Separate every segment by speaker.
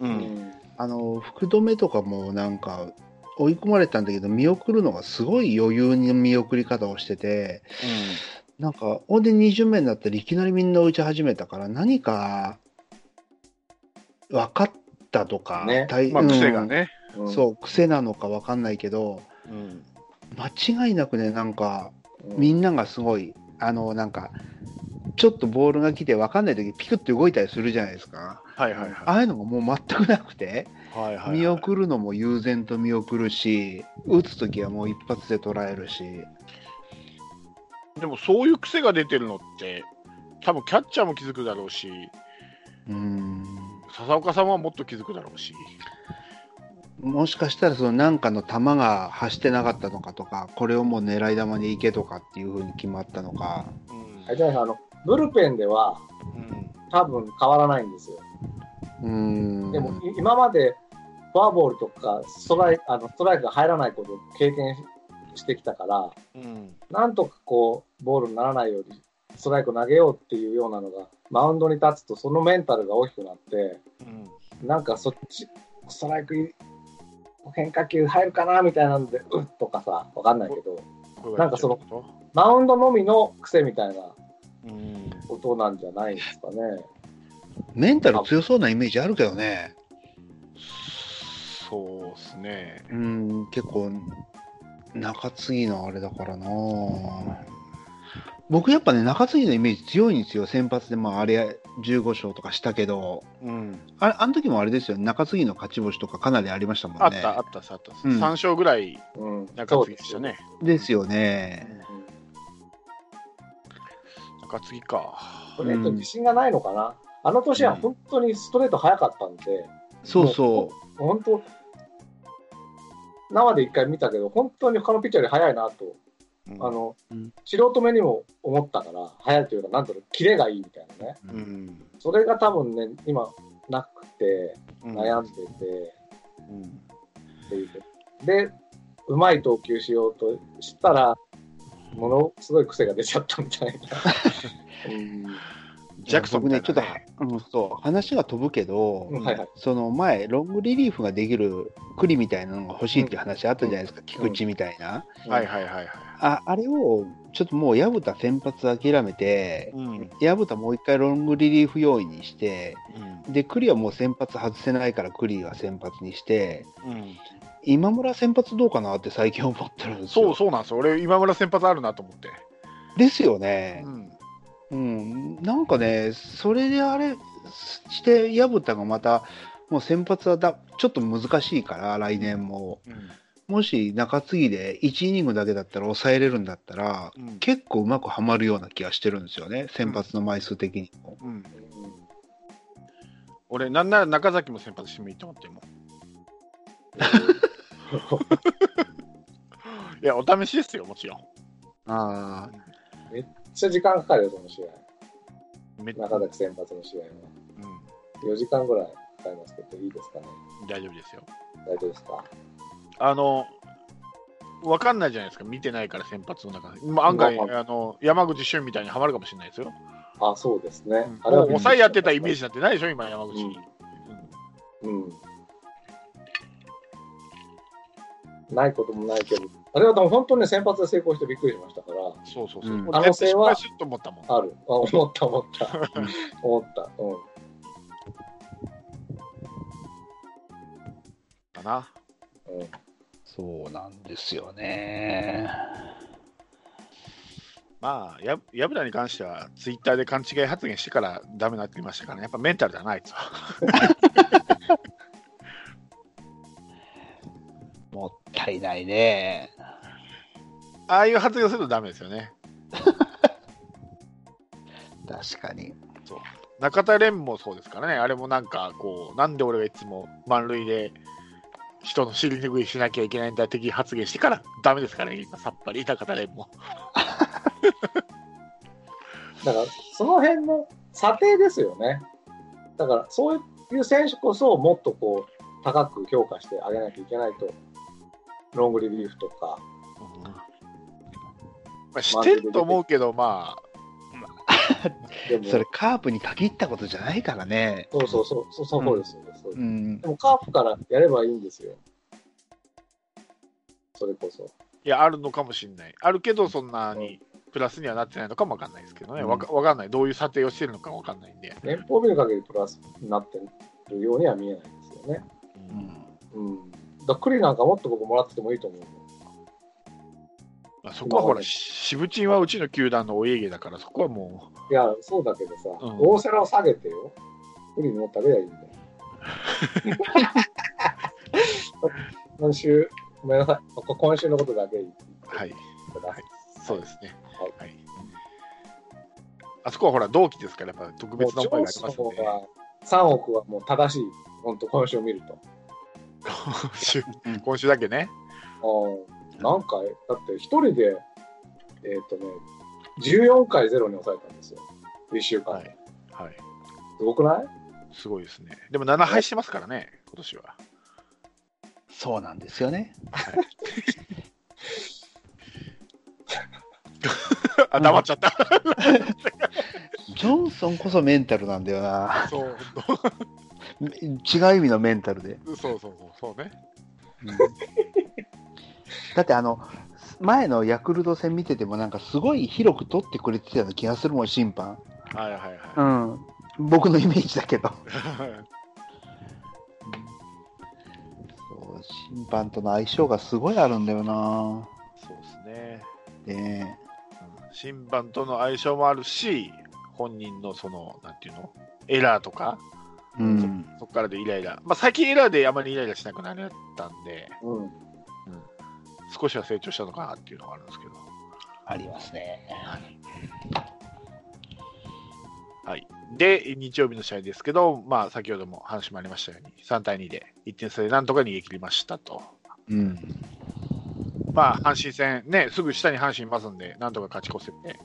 Speaker 1: う。
Speaker 2: うんん
Speaker 3: あの福留とかもなんか追い込まれたんだけど見送るのがすごい余裕に見送り方をしててなんかほんで2巡目になったらいきなりみんな打ち始めたから何か分かったとか、
Speaker 2: ね
Speaker 3: 大
Speaker 1: まあ、
Speaker 3: うん
Speaker 1: 癖がね。
Speaker 2: うん
Speaker 3: そう癖なのか分かんないけど
Speaker 1: うん。
Speaker 3: 間違いなくねなんか
Speaker 2: うん
Speaker 3: みんながすごいあのなんかちょっとボールが来て分かんない時ピクッて動いたりするじゃないですか
Speaker 1: はいはいは
Speaker 3: ああいうのがもう全くなくて。
Speaker 1: い。はいはいはい
Speaker 3: 見送るのも悠然と見送るし打つ時はもう一発で捉えるし
Speaker 1: でもそういう癖が出てるのって多分キャッチャーも気づくだろうし
Speaker 3: うん
Speaker 1: 笹岡さんはもっと気づくだろうし
Speaker 3: もしかしたらその何かの球が走ってなかったのかとかこれをもう狙い球に行けとかっていう風に決まったのか
Speaker 1: うん
Speaker 2: あれじゃないですかあのブルペンでは
Speaker 1: うん
Speaker 2: 多分変わらないんですよ。
Speaker 3: うん
Speaker 2: でもい今までフォアボールとかストライあのストライクが入らないことを経験ししてきたから、
Speaker 1: うん
Speaker 2: なんとかこう、ボールにならないように、ストライクを投げようっていうようなのが、マウンドに立つと、そのメンタルが大きくなって、
Speaker 1: うん
Speaker 2: なんかそっち、ストライク、変化球入るかなみたいなんで、うっとかさ、わかんないけど、なんかそのマウンドのみの癖みたいな
Speaker 1: うん
Speaker 2: ことなんじゃないですかね。
Speaker 3: メンタル強そうなイメージあるけどね
Speaker 1: そうですね
Speaker 3: うん結構中継ぎのあれだからな僕やっぱね中継ぎのイメージ強いんですよ先発でまああれ15勝とかしたけど
Speaker 1: うん
Speaker 3: あれあの時もあれですよね、中継ぎの勝ち星とかかなりありましたもんね。
Speaker 1: あったあったあった
Speaker 3: うん
Speaker 1: 3勝ぐらい
Speaker 2: うん、
Speaker 1: 中継ぎでしたね
Speaker 3: ですよね。
Speaker 2: そうですよ。うん
Speaker 1: 中継ぎか
Speaker 2: ストレートに自信がないのかな、あの年は本当にストレート速かったんで、
Speaker 3: そうそ
Speaker 2: 本当、生で一回見たけど、本当に他のピッチャーより速いなと、
Speaker 1: うん
Speaker 2: あの
Speaker 3: うん
Speaker 2: 素人目にも思ったから、速いというか、なんだろう、キレがいいみたいなね、
Speaker 3: う。
Speaker 1: うん
Speaker 2: それが多分ね、今、なくて、悩んでて
Speaker 1: うん
Speaker 2: っていう、で、うまい投球しようとしたら、ものすごい癖が出ちゃったみたいな。
Speaker 1: ジャクソンみ
Speaker 3: 僕
Speaker 1: た
Speaker 3: ね、
Speaker 1: い
Speaker 3: ち
Speaker 1: な
Speaker 3: ょっと
Speaker 1: ね
Speaker 3: は、うん、そう話が飛ぶけど、
Speaker 2: うんはいはい
Speaker 3: その前、ロングリリーフができる栗みたいなのが欲しいっていう話あったじゃないですか、菊池みたいな。
Speaker 1: はいはいはいはい
Speaker 3: ああれを、ちょっともう、薮田先発諦めて、
Speaker 1: うんうん
Speaker 3: 薮田もう一回ロングリリーフ用意にして、で、栗はもう先発外せないから、栗は先発にして、
Speaker 1: うん
Speaker 3: 今村先発どうかなって最近思ってるんですよ。
Speaker 1: そうそうなんですよ俺今村先発あるなと思って
Speaker 3: ですよね
Speaker 1: う。ん
Speaker 3: うん、なんかね、それであれして、薮田がまた、もう先発はだちょっと難しいから、来年も。
Speaker 1: うん
Speaker 3: もし中継ぎで1イニングだけだったら抑えれるんだったら、
Speaker 1: うん
Speaker 3: 結構うまくはまるような気がしてるんですよね、先発の枚数的にも。
Speaker 1: うん
Speaker 2: うん
Speaker 1: 俺なんなら中崎も先発してもいいと思ってるもんいやお試しですよもちろ
Speaker 3: ああ、
Speaker 2: めっちゃ時間かかるよ、その試合。
Speaker 1: んめっちゃ、
Speaker 2: 中崎選抜の試合は。
Speaker 1: う
Speaker 2: 4時間ぐらいかかりますけど、いいですかね。
Speaker 1: ん、大丈夫ですよ
Speaker 2: 大丈夫ですか。
Speaker 1: あのわかんないじゃないですか見てないから先発の中でまあ案外
Speaker 2: まあま
Speaker 1: あの山口俊みたいにはまるかもしれないですよ
Speaker 2: あ、そうですね。あれ
Speaker 1: も
Speaker 2: は
Speaker 1: う抑えやってたイメージなんてないでしょ今山口、
Speaker 2: う
Speaker 1: うんん
Speaker 2: うん。ないこともないけど、あれはでも本当に先発で成功してびっくりしましたから、
Speaker 1: そうそうそう、
Speaker 3: うん
Speaker 1: 俺絶対
Speaker 2: 可能性
Speaker 1: 失敗
Speaker 2: は
Speaker 1: すると思ったもん
Speaker 2: ある。あ、思った 思った。思った。うん。
Speaker 1: かな
Speaker 2: うん、
Speaker 3: そうなんですよね。
Speaker 1: まあや薮田に関してはツイッターで勘違い発言してからダメになってきましたからねやっぱメンタルだなあいつは
Speaker 3: もったいないね。
Speaker 1: ああいう発言するとダメですよね
Speaker 3: 確かに。
Speaker 1: 中田蓮もそうですからね、あれもなんかこう、なんで俺がいつも満塁で人の尻拭いしなきゃいけないんだ的発言してからダメですからね、今さっぱり中田蓮も。
Speaker 2: だから、その辺の査定ですよね。だから、そういう選手こそ、もっとこう、高く評価してあげなきゃいけないと、ロングリリーフとか、
Speaker 1: まあ、してると思うけど、ま
Speaker 2: でも
Speaker 3: それ、カープに限ったことじゃないからね。
Speaker 2: そうそうそう、そうそうです、そうです。そういう
Speaker 3: うん
Speaker 2: でもカープからやればいいんですよ。それこそ。
Speaker 1: いや、あるのかもしれない。あるけど、そんなにプラスにはなってないのかもわかんないですけどね。
Speaker 3: うん
Speaker 1: わかわかんない。どういう査定をしてるのかわかんないんで。
Speaker 2: 年俸を見る限りプラスになってるようには見えないですよね。
Speaker 3: うん
Speaker 2: うん。だからクリなんかもっと僕もらっててもいいと思うよ。
Speaker 1: まあ、そこはほら、しぶちんはうちの球団のお家芸だから、そこはも
Speaker 2: いや、そうだけどさ、
Speaker 1: うん
Speaker 2: 大瀬良を下げてよ。クリに持ったらいい んだよ。今週、ごめんなさい。こ今週のことだけ言って
Speaker 1: う、はい、
Speaker 2: から。
Speaker 1: そうですね。
Speaker 2: はい
Speaker 1: はいあそこはほら、同期ですから、やっぱ特
Speaker 2: もう
Speaker 1: 別な
Speaker 2: 上
Speaker 1: 思いがあり
Speaker 2: 司の
Speaker 1: ます
Speaker 2: 方
Speaker 1: んで。
Speaker 2: が3億はもう正しい、本当、今週見ると。
Speaker 1: 今週、今週だけね。
Speaker 2: ああ、なんか、だって一人で、えっ、とね、14回ゼロに抑えたんですよ。1週間。
Speaker 1: はい。はい。
Speaker 2: すごくない
Speaker 1: すごいですね。でも7敗してますからね、今年は。
Speaker 3: そうなんですよね。
Speaker 1: あ、黙っちゃった。
Speaker 3: ジョンソンこそメンタルなんだよな。
Speaker 1: そう、
Speaker 3: 違う意味のメンタルで。
Speaker 1: そうそうそうそうね。
Speaker 3: だってあの前のヤクルト戦見ててもなんかすごい広く取ってくれてたような気がするもん審判、
Speaker 1: はいはいはい。
Speaker 3: うん、僕のイメージだけどそう審判との相性がすごいあるんだよな
Speaker 1: そうですね。
Speaker 3: ね
Speaker 1: うん審判との相性もあるし、本人のその、なんていうのエラーとか、
Speaker 3: えうん
Speaker 1: そこからでイライラ。まあ、最近エラーであまりイライラしなくなったんで、
Speaker 2: うん。
Speaker 1: 少しは成長したのかなっていうのがあるんですけど。
Speaker 3: ありますね
Speaker 1: はい、で、日曜日の試合ですけど、まあ、先ほども話もありましたように、3対2で1点差でなんとか逃げ切りましたと。
Speaker 3: うん
Speaker 1: まあ、阪神戦、ね、すぐ下に阪神いますんで、なんとか勝ち越せて。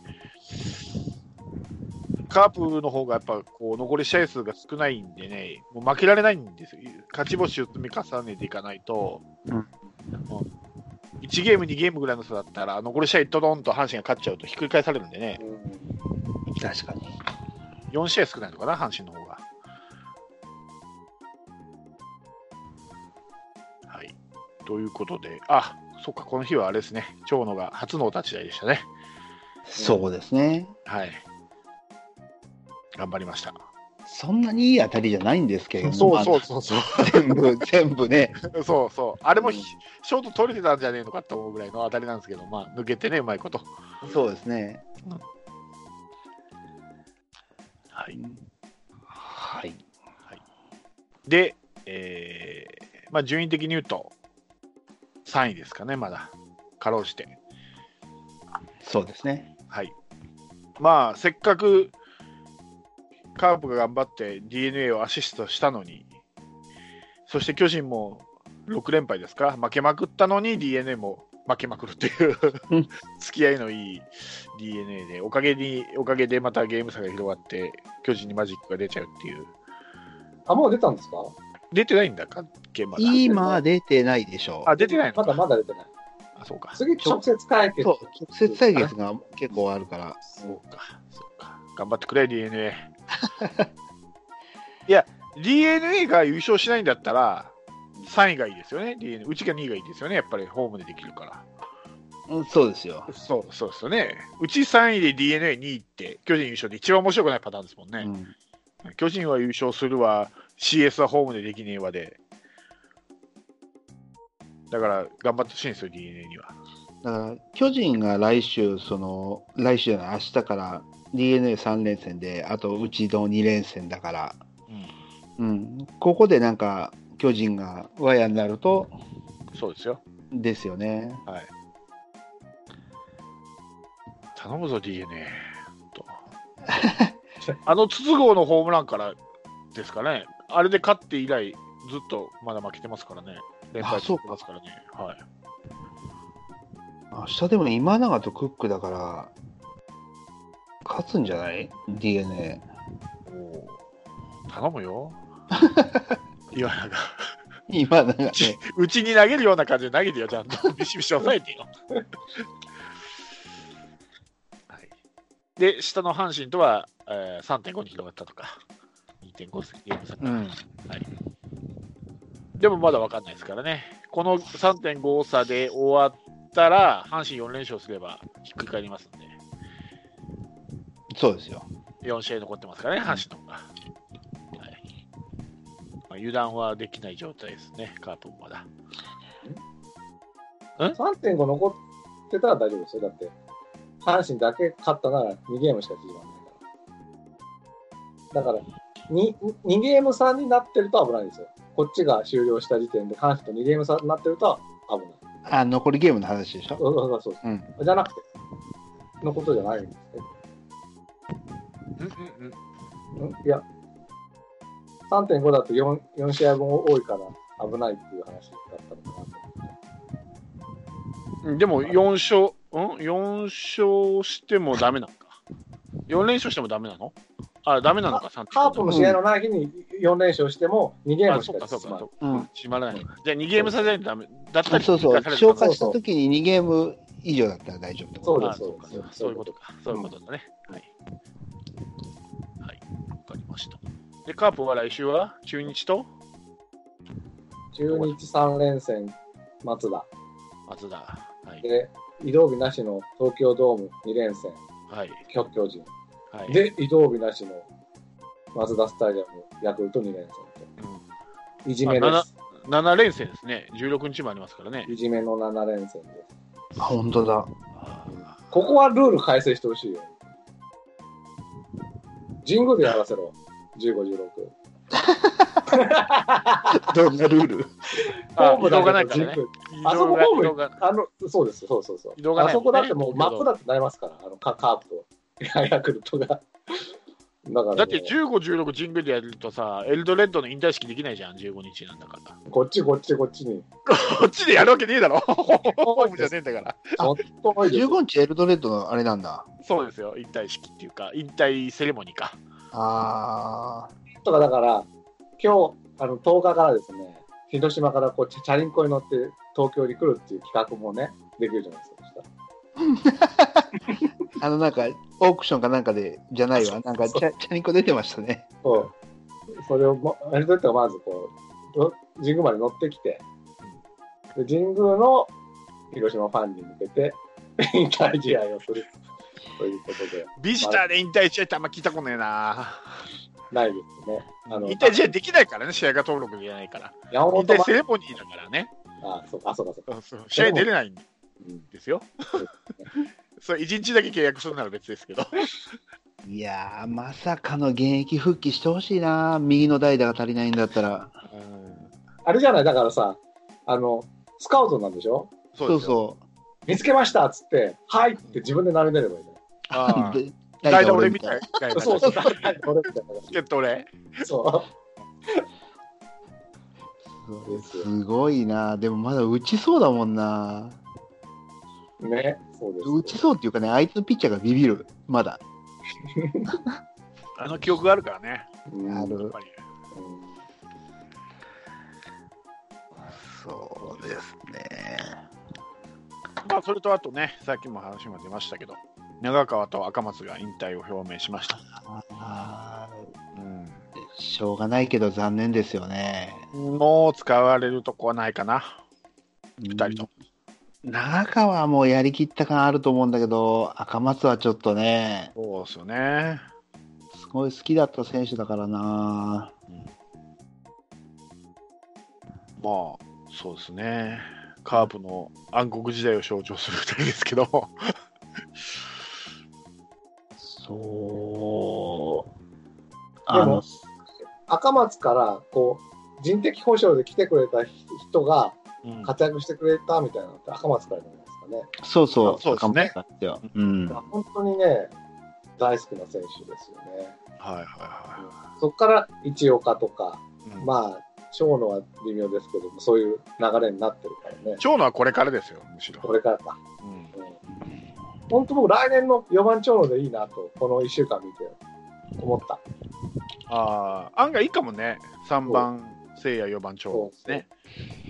Speaker 1: カープの方がやっぱこう残り試合数が少ないんでね、もう負けられないんですよ、勝ち星を積み重ねていかないと、
Speaker 3: うん
Speaker 1: もう1ゲーム、2ゲームぐらいの差だったら、残り試合、ドドンと阪神が勝っちゃうとひっくり返されるんでね、
Speaker 2: うん
Speaker 3: 確かに
Speaker 1: 4試合少ないのかな、阪神の方が。はい。ということで、あそっか、この日はあれですね、長野が初のお立ち台でしたね。
Speaker 3: そうですね
Speaker 1: はい。頑張りました。
Speaker 3: そんなにいい当たりじゃないんですけれども
Speaker 1: そうそうそうそう。
Speaker 3: あの全部全部ね
Speaker 1: そうそう。あれもひ
Speaker 2: うん
Speaker 1: ショート取れてたんじゃねえのかと思うぐらいの当たりなんですけど、まあ、抜けてね、うまいこと。
Speaker 3: そうですね
Speaker 1: はい。
Speaker 3: はい
Speaker 1: で、えー、まあ、順位的に言うと、3位ですかね、まだ。かろうじて。
Speaker 3: そうですね
Speaker 1: はい。まあ、せっかくカープが頑張って d n a をアシストしたのに、そして巨人も6連敗ですか、負けまくったのに d n a も負けまくるという
Speaker 3: うん、
Speaker 1: 付き合いのいい d n a で、おかげにおかげでまたゲーム差が広がって、巨人にマジックが出ちゃうっていう、
Speaker 2: あ、もう出たんですか
Speaker 1: 出てないんだか、ゲームは。
Speaker 3: 今は出てないでしょう
Speaker 1: あ、出てないの
Speaker 2: ま
Speaker 1: か、
Speaker 2: だまだ出てない。
Speaker 1: あ、そうか。
Speaker 2: 次、直接解決。
Speaker 3: そう直接対決が結構あるから
Speaker 1: そうか、そうか。頑張ってくれ、d n a いや、d n a が優勝しないんだったら、3位がいいですよね、d n a うちが2位がいいですよね、やっぱりホームでできるから。
Speaker 3: うんそうですよ。
Speaker 1: そうそうですよね。うち3位で d n a 2位って、巨人優勝で一番面白くないパターンですもんね。巨人は優勝するわ、CS はホームでできねえわで。だから、頑張ってほしいんですよ、d n a には。
Speaker 3: だから巨人が来週その来週じゃない明日から d n a 3連戦であとうちの2連戦だから、うん、ここでなんか巨人がワヤになると
Speaker 1: そうですよ。
Speaker 3: ですよね。
Speaker 1: はい。頼むぞ、d n a と。あの筒香のホームランからですかね、あれで勝って以来、ずっとまだ負けてますからね、連敗
Speaker 3: あそう
Speaker 1: 続きます
Speaker 3: か
Speaker 1: からね、はい、
Speaker 3: 明日でも今永とクックだから勝つんじゃない d n a
Speaker 1: 頼むよ、岩永、
Speaker 3: 今永ね
Speaker 1: うちうちに投げるような感じで投げてよ、ちゃん と、ビシビシ抑えてよ。はい、で、下の阪神とは、えー、3.5に広がったとか、2.5ゲーム差か
Speaker 3: うん
Speaker 1: はい、でもまだ分かんないですからね。この3.5差で終わったら、阪神4連勝すればひっくり返りますんで、
Speaker 3: そうですよ。
Speaker 1: 4試合残ってますからね、阪神の方が。はいまあ、油断はできない状態ですね、カープもまだ。
Speaker 2: 3.5残ってたら大丈夫ですよ。だって、阪神だけ勝ったなら2ゲームしか縮まんないから。だから2、2ゲーム差になってると危ないですよ。こっちが終了した時点で、阪神と2ゲーム差になってると危ない。
Speaker 3: あ、残りゲームの話でしょ
Speaker 2: そうそうそうそう
Speaker 3: うん。
Speaker 2: じゃなくて、のことじゃないんですね。
Speaker 1: うんうんうん
Speaker 2: んいや、3.5だと 4, 4試合分多いから危ないっていう話だったのかなと。
Speaker 1: でも4勝、うん ?4 勝してもダメなのか。4連勝してもダメなのあ、ダメなのか、3.5
Speaker 2: カープの試合のない日に4連勝しても2ゲー
Speaker 1: あ
Speaker 2: ムし
Speaker 1: そう
Speaker 2: か
Speaker 1: かそうか
Speaker 2: 進まない。
Speaker 1: 閉まら
Speaker 3: うん。
Speaker 1: ない。じゃあ2ゲーム差じゃダメ。だったら
Speaker 3: そうそう。
Speaker 1: 引っかかれる
Speaker 3: 消
Speaker 1: か
Speaker 3: 化した時に2ゲーム以上だったら大丈夫ってこと
Speaker 2: そう
Speaker 1: あ
Speaker 2: です
Speaker 1: そうかそうかそういうことか。そういうことだね。はい。はい。わかりました。で、カープは来週は中日と
Speaker 2: 中日3連戦、松田。
Speaker 1: 松田。はい。
Speaker 2: で、移動日なしの東京ドーム2連戦、
Speaker 1: はい。
Speaker 2: 極巨人。
Speaker 1: はい。
Speaker 2: で、移動日なしの松田スタジアム、ヤクルト2連戦
Speaker 1: う
Speaker 2: と。いじめで
Speaker 1: あ
Speaker 2: す。
Speaker 1: ん、7連戦ですね。16日もありますからね。
Speaker 2: いじめの7連戦です。
Speaker 3: あ、本当だ。
Speaker 1: あー
Speaker 2: ここはルール改正してほしいよ。神宮でやらせろ。15、16。
Speaker 3: どんなルー ル
Speaker 1: あ
Speaker 2: ホーム
Speaker 1: 移動がない
Speaker 2: けど
Speaker 1: からね
Speaker 2: 神宮
Speaker 1: 移
Speaker 2: あそ
Speaker 1: 動
Speaker 2: こ
Speaker 1: が
Speaker 2: ホ
Speaker 1: 移
Speaker 2: ー
Speaker 1: 動
Speaker 2: ム
Speaker 1: が、
Speaker 2: あの、そうです、そうそうそう。
Speaker 1: 移動がない
Speaker 2: あそこだってもう
Speaker 1: ね
Speaker 2: 真っだってなりますから、あのカカープと、ヤクルトが。だから、
Speaker 1: だって、15、16、神宮でやるとさ、エルドレッドの引退式できないじゃん、15日なんだから。
Speaker 2: こっち、こっち、こっちに。
Speaker 1: こっちでやるわけねえ だろ、ホームじゃねえんだから。
Speaker 2: ちょっと多いですよ
Speaker 3: ?15 日エルドレッドのあれなんだ。
Speaker 1: そうですよ、引退式っていうか、引退セレモニーか。
Speaker 3: あ
Speaker 2: とか、だから、今日、あの10日からですね、広島からこうチャチャリンコに乗って東京に来るっていう企画もね、できるじゃないですか。そしたら
Speaker 3: ー。あの、なんか、オークションかなんかで、じゃないわ。なんか、チャチャリンコ出てましたね。
Speaker 2: そう。それをも、エルドレッドがまずこう、ど神宮まで乗ってきて、で神宮の広島ファンに向けて、引退試合をするということで、
Speaker 1: ビジターで引退試合ってあんま聞いたことねえな。
Speaker 2: ないですね。あの
Speaker 1: 引退試合できないからね、試合が登録じゃないから。
Speaker 2: 山
Speaker 1: 引
Speaker 2: 本
Speaker 1: 退
Speaker 2: ま
Speaker 1: セレモニーだからね。
Speaker 2: あ、そうか、そうか、そうか。
Speaker 1: そう試合出れないん
Speaker 2: うん
Speaker 1: ですよ。それ1日だけ契約するなら別ですけど。
Speaker 3: いやー、まさかの現役復帰してほしいな右の代打が足りないんだったら。
Speaker 2: あれじゃない、だからさ、あの、スカウトなんでしょ
Speaker 3: そう
Speaker 1: ですよ
Speaker 3: そう
Speaker 2: 見つけましたっつって、はいって自分で並べればいいじゃない。
Speaker 1: あ ー。
Speaker 3: で
Speaker 1: 代打俺みたい。
Speaker 2: そうそう、誰々俺みたい
Speaker 1: チケット俺。
Speaker 2: な。そ
Speaker 3: そうすごいなでもまだ打ちそうだもんな
Speaker 2: う。ね、そうですよ。
Speaker 3: 打ちそうっていうかね、相手のピッチャーがビビる。まだ。
Speaker 1: あの記憶があるからね。
Speaker 2: うん
Speaker 3: ある
Speaker 1: やっぱり。
Speaker 2: うん
Speaker 3: そうですね。
Speaker 1: まあ、それとあとね、さっきも話も出ましたけど、長川と赤松が引退を表明しました。
Speaker 3: あ
Speaker 1: うん
Speaker 3: ーしょうがないけど残念ですよね。
Speaker 1: もう使われるとこはないかな、
Speaker 3: 二
Speaker 1: 2人とも。
Speaker 3: 長川はもうやりきった感あると思うんだけど、赤松はちょっとね、
Speaker 1: そうですよね。
Speaker 3: すごい好きだった選手だからな
Speaker 1: まあ、そうですね。カープの暗黒時代を象徴する2人ですけど、
Speaker 3: そう。
Speaker 2: で
Speaker 3: あ
Speaker 2: も
Speaker 3: の、
Speaker 2: 赤松からこう人的保障で来てくれた人が
Speaker 1: うん
Speaker 2: 活躍してくれたみたいなのって赤松からじゃないですかね。
Speaker 3: そうそう、
Speaker 1: そうですね
Speaker 3: 赤松だったよ。うん。
Speaker 2: 本当にね、大好きな選手ですよね。
Speaker 1: はいはいは
Speaker 2: そこから一岡とか、
Speaker 1: い。うん
Speaker 2: まあ、長野は微妙ですけども、そういう流れになってるからね。
Speaker 1: 長野はこれからですよ、むしろ。
Speaker 2: これからか。
Speaker 1: うん
Speaker 2: うん本当僕、来年の4番長野でいいなと、この1週間見て思った。
Speaker 1: ああ、案外いいかもね、3番、せいや4番、長
Speaker 2: そう
Speaker 1: 野ね。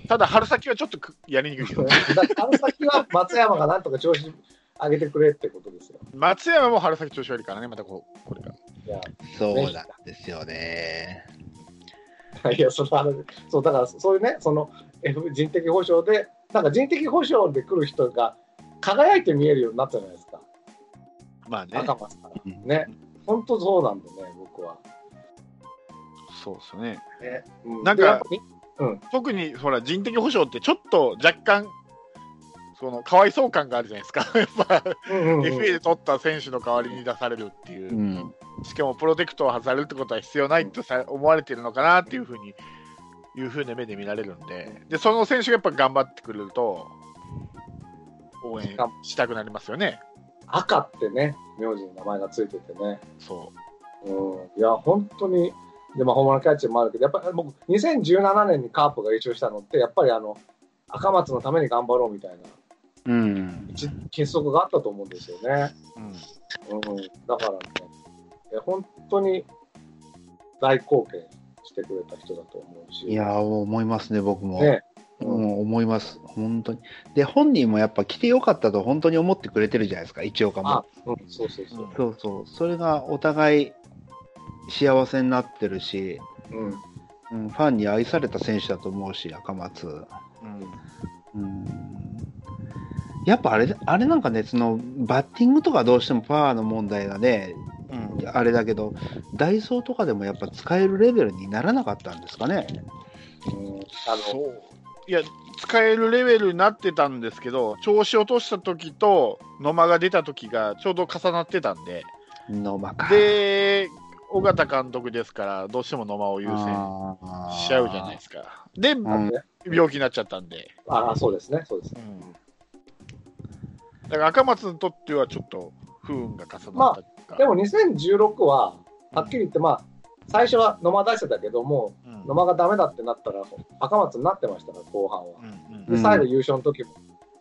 Speaker 1: ただ、春先はちょっとくやりにくいけどね。
Speaker 2: だから、あの先は松山がなんとか調子上げてくれってことですよ。
Speaker 1: 松山も春先調子悪いからね、またここれから。
Speaker 2: いや
Speaker 3: そうなんですよね。
Speaker 2: いや、その話、そう、だから、そういうね、その、F、人的保障で、なんか人的保障で来る人が輝いて見えるようになったじゃないですか、
Speaker 1: まあね、
Speaker 2: 赤松から。
Speaker 3: うん
Speaker 2: ね、本当そうなんでね、僕は。
Speaker 1: そうですね。
Speaker 2: ね
Speaker 1: な
Speaker 2: う
Speaker 1: んか
Speaker 2: でやっぱり
Speaker 1: 特にほら人的保障ってちょっと若干そのかわいそう感があるじゃないですか やっぱ、
Speaker 2: うんうんうん
Speaker 1: FA で取った選手の代わりに出されるっていうう、
Speaker 3: ん
Speaker 1: しかもプロテクトを外されるってことは必要ないとさ思われてるのかなっていうふうにいうふうな目で見られるんででその選手がやっぱ頑張ってくれると応援したくなりますよね。
Speaker 2: 赤ってね、名字に名前がついててね。
Speaker 1: そ
Speaker 2: うん、いや、本当に、で、まあ、ホームランキャッチもあるけど、やっぱり僕、2017年にカープが優勝したのって、やっぱりあの、赤松のために頑張ろうみたいな
Speaker 3: うん
Speaker 2: 一結束があったと思うんですよね。
Speaker 1: う、うん
Speaker 2: うん、だからね、いや本当に大貢献してくれた人だと思うし。
Speaker 3: いやー思いますね僕も、
Speaker 2: ね、
Speaker 3: う
Speaker 2: うん
Speaker 3: ん、思います本当にで本人もやっぱ来てよかったと本当に思ってくれてるじゃないですか一岡
Speaker 2: あ
Speaker 3: も、
Speaker 2: うん、そうそうそう。
Speaker 3: そうそうそれがお互い幸せになってるし、
Speaker 2: うん、
Speaker 3: うん、ファンに愛された選手だと思うし赤松
Speaker 1: うん
Speaker 3: うんやっぱあれあれなんかねそのバッティングとかどうしてもパワーの問題がね
Speaker 1: うん
Speaker 3: あれだけどダイソーとかでもやっぱ使えるレベルにならなかったんですかね。
Speaker 2: うんあの
Speaker 1: そういや使えるレベルになってたんですけど調子を落とした時と野間が出た時がちょうど重なってたんで
Speaker 3: のまか
Speaker 1: で尾形監督ですからどうしても野間を優先
Speaker 3: あー
Speaker 1: しちゃうじゃないですかで、
Speaker 3: ん
Speaker 1: 病気になっちゃったんで、
Speaker 2: あ、そうですね、そうですね。
Speaker 1: だから赤松にとってはちょっと不運が重なったっていうか、
Speaker 2: でも2016は、はっきり言って、まあ、最初は野間出してたけども、
Speaker 1: うん
Speaker 2: 野間がダメだってなったら、赤松になってましたから、後半は。
Speaker 1: うん
Speaker 3: う
Speaker 2: で、
Speaker 3: ん
Speaker 2: 最後優勝の時も、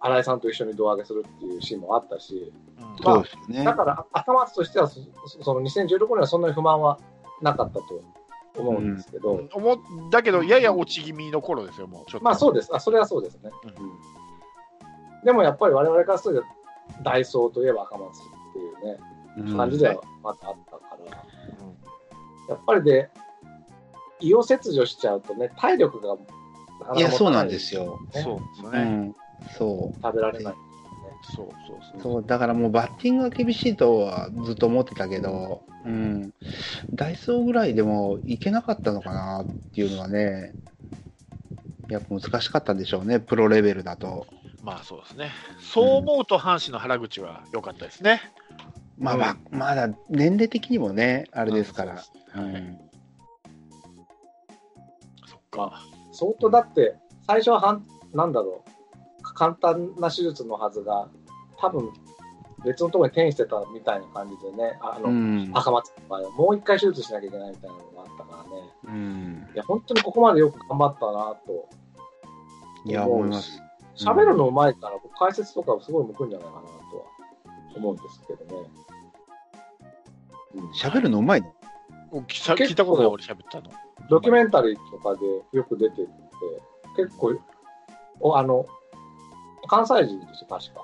Speaker 2: 新井さんと一緒に胴上げするっていうシーンもあったし、
Speaker 1: うん
Speaker 3: そうですよね。
Speaker 2: だから赤松としてはそ、そその2016年はそんなに不満はなかったと思うんですけど、
Speaker 1: うん思っだけどやや落ち気味の頃ですよもうちょっと
Speaker 2: まあそうです、あそれはそうですね。
Speaker 1: う
Speaker 2: うんでもやっぱり我々からすると、ダイソーといえば赤松っていうね、
Speaker 3: うん
Speaker 2: 感じではまたあったから、
Speaker 1: うん
Speaker 2: やっぱりで、胃を切除しちゃうとね、体力がなかなか持た
Speaker 3: いやそうなんですよ。
Speaker 2: ね
Speaker 1: そうですね、
Speaker 3: うん、そう
Speaker 2: 食べられない。
Speaker 1: そうそうそう
Speaker 3: そうだからもうバッティングが厳しいとはずっと思ってたけど、うん、ダイソーぐらいでもいけなかったのかなっていうのはねやっぱ難しかったんでしょうねプロレベルだと
Speaker 1: まあそうですね。そう思うと阪神の原口は良かったですね。
Speaker 3: まあ、まあまだ年齢的にもねあれですから
Speaker 1: そう
Speaker 3: う
Speaker 1: ですねはい
Speaker 3: ん
Speaker 1: そっか。
Speaker 2: 相当だって、最初ははん、なんだろう、か簡単な手術のはずが、多分別のところに転移してたみたいな感じでね、あの、
Speaker 3: うん
Speaker 2: 赤松の場合はもう一回手術しなきゃいけないみたいなのがあったからね、
Speaker 3: うん
Speaker 2: いや、本当にここまでよく頑張ったなと。
Speaker 3: いや思います。
Speaker 2: 喋るのうまいから、僕解説とかすごい向くんじゃないかなとは思うんですけどね。うん
Speaker 3: 喋るのうまいの
Speaker 1: おきさ
Speaker 2: 結構
Speaker 1: 聞いたことない俺喋ったの。
Speaker 2: ドキュメンタリーとかでよく出てて、結構、おあの、関西人ですよ、確か。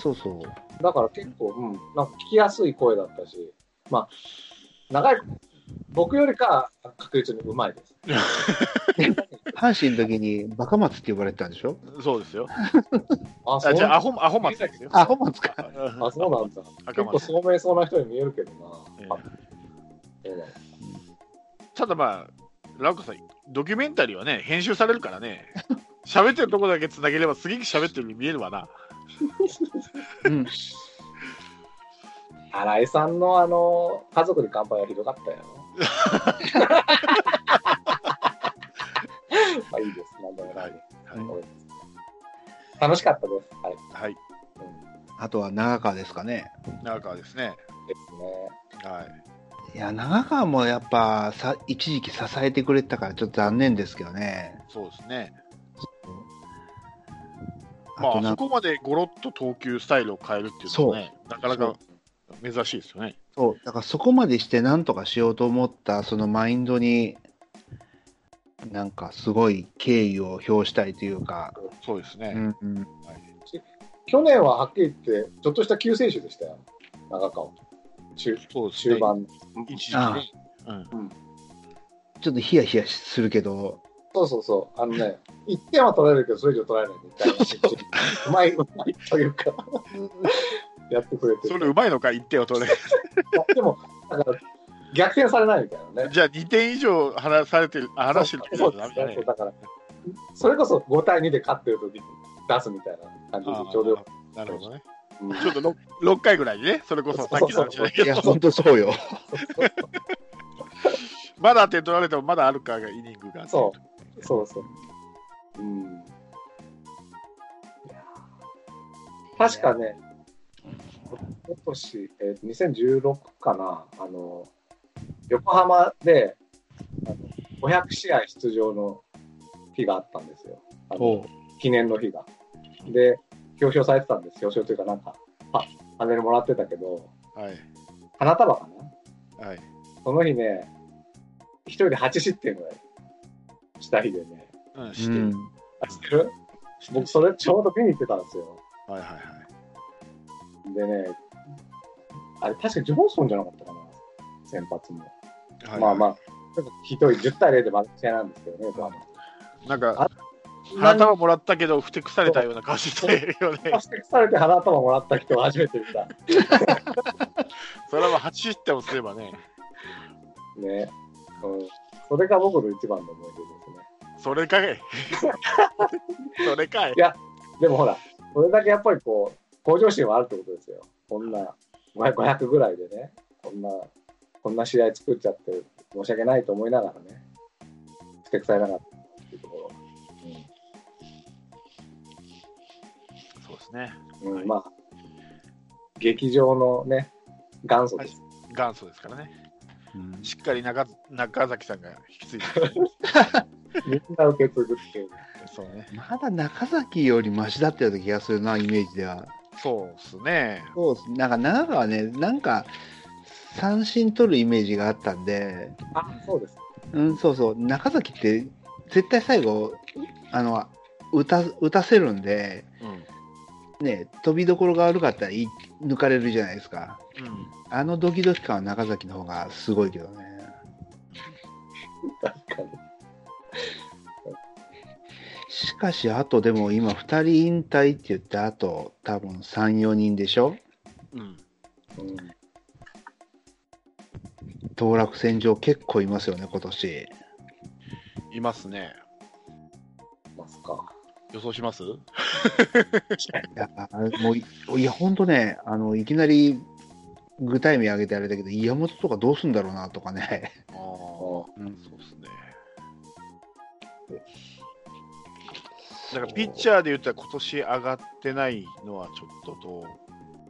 Speaker 3: そうそう
Speaker 2: だから結構、うん、なんか聞きやすい声だったし、まあ、長い、僕よりかは確実にうまいです。
Speaker 3: 阪神の時にバカ松って呼ばれてたんでしょ
Speaker 1: そうですよ。
Speaker 2: あ、
Speaker 1: あじゃあア
Speaker 2: あ
Speaker 1: ホアホ松ですよ。
Speaker 3: アホ松か
Speaker 2: あ、そうなんだ。
Speaker 1: 赤
Speaker 2: 結構
Speaker 1: 松。
Speaker 2: 聡明そうな人に見えるけど
Speaker 1: え
Speaker 2: な。あそうだ
Speaker 1: ただまあラウカさんドキュメンタリーはね編集されるからね。喋ってるとこだけ繋げればすげえ喋ってるように見えるわな。
Speaker 3: うん
Speaker 2: 新井さんのあの家族に乾杯はひどか ったよ。まあいいです。なんでもないです。
Speaker 1: は
Speaker 2: 楽しかったです。はい。
Speaker 1: い。はい。
Speaker 3: あとは長川ですかね
Speaker 1: 長川ですね。
Speaker 2: ですね。
Speaker 1: はい。
Speaker 3: いや長川もやっぱさ一時期支えてくれてたからちょっと残念ですけどね。
Speaker 1: そうですね。ま
Speaker 3: あと
Speaker 1: ああ
Speaker 3: な
Speaker 1: そ
Speaker 3: んか
Speaker 1: こまでゴロッと投球スタイルを変えるっていうのはねなかなか珍しいですよね。
Speaker 3: そうだからそこまでしてなんとかしようと思ったそのマインドになんかすごい敬意を表したいというか、
Speaker 1: そうですね。
Speaker 3: うんうん、
Speaker 2: 去年ははっきり言って、ちょっとした救世主でしたよ。長川。中
Speaker 1: そうですね
Speaker 2: 中盤。
Speaker 1: 一時期
Speaker 3: あ
Speaker 1: ね。うん。
Speaker 3: ちょっとヒヤヒヤするけど、
Speaker 2: そうそうそう。あのね、1点は取られるけど、それ以上取られないみたいな。うまい、うまいというか、やってくれて
Speaker 1: そ
Speaker 2: る
Speaker 1: れうまいのか、1点を取れ。
Speaker 2: でも、だから、逆転されないみたいなね。
Speaker 1: じゃあ2点以上離されてる、離してるって
Speaker 2: そ
Speaker 1: こ
Speaker 2: う
Speaker 1: とだね
Speaker 2: そうだから、それこそ5対2で勝ってる時に出すみたいな感じ
Speaker 1: あ
Speaker 2: で
Speaker 1: ー
Speaker 2: ちょうどよく、
Speaker 1: なるほどね。
Speaker 2: うん
Speaker 1: ちょっと 6, 回ぐらいにね、それこそさっきの話じゃないけ
Speaker 3: い
Speaker 1: ど、
Speaker 3: や、本当そうよ。
Speaker 1: まだ点取られてもまだあるかがイニングが。
Speaker 2: そそうそう。うん。確かね、今年、えー、2016かな、あの、横浜で、あの500試合出場の日があったんですよ。あの
Speaker 3: おう
Speaker 2: 記念の日が。で、表彰されてたんです。表彰というか、なんか、あパネルもらってたけど、
Speaker 1: う。はい。
Speaker 2: 花束かな
Speaker 1: はい。
Speaker 2: その日ね、一人で8失点ぐらいした日でね。
Speaker 1: うん、
Speaker 3: う
Speaker 1: して、
Speaker 3: ん、
Speaker 2: あ知ってる僕、それちょうど見に行ってたんですよ。
Speaker 1: はいはいはい。
Speaker 2: でね、あれ、確かジョンソンじゃなかったかな、先発も。
Speaker 1: はいはい
Speaker 2: まあまあ、ちょっとひどい、10対0で負け試合なんですけどね、
Speaker 1: なんか
Speaker 2: あ、
Speaker 1: 花束もらったけど、ふてくされたような感じでよね。
Speaker 2: 指摘されて鼻頭もらった人は初めて見た。
Speaker 1: それはもう8失点をすればね、
Speaker 2: ね。うん、それが僕の一番の思い出ですね。
Speaker 1: それかい。それかい。
Speaker 2: でもほら、それだけやっぱりこう、向上心はあるってことですよ。こんな、500 500ぐらいでね、こんな、こんな試合作っちゃって、申し訳ないと思いながらね、ふてくされなかったっていうところは。
Speaker 1: そうですね。
Speaker 2: うん
Speaker 1: はい
Speaker 2: まあ、劇場のね、元祖です。
Speaker 1: 元祖ですからね。
Speaker 3: うん
Speaker 1: しっかり中中崎さんが引き継いで。
Speaker 2: みんな受け継ぐっていう。
Speaker 1: そうね。
Speaker 3: まだ中崎よりマシだったような気がするな、イメージでは。
Speaker 1: そうですね。
Speaker 3: そうですなんか長川ね、なんか三振取るイメージがあったんで、
Speaker 2: あ、そうです。
Speaker 3: うん、そうそう、中崎って絶対最後、あの、打た打たせるんで、
Speaker 1: うん。
Speaker 3: ね、飛びどころが悪かったらい抜かれるじゃないですか。
Speaker 1: うん
Speaker 3: あのドキドキ感は中崎の方がすごいけどね。
Speaker 2: 確かに。
Speaker 3: しかし、あとでも今2人引退って言って、あと多分3、4人でしょ
Speaker 1: うん、
Speaker 2: うん、
Speaker 3: 当落戦場結構いますよね、今年。
Speaker 1: いますね。
Speaker 2: ますか。
Speaker 1: 予想します
Speaker 3: いや、もうい、いや、ほんとね、あの、いきなり具体名挙げてあれだけど、山本とかどうすんだろうなとかね。
Speaker 1: ああ、そうですね。だからピッチャーで言ったら今年上がってないのはちょっとどう、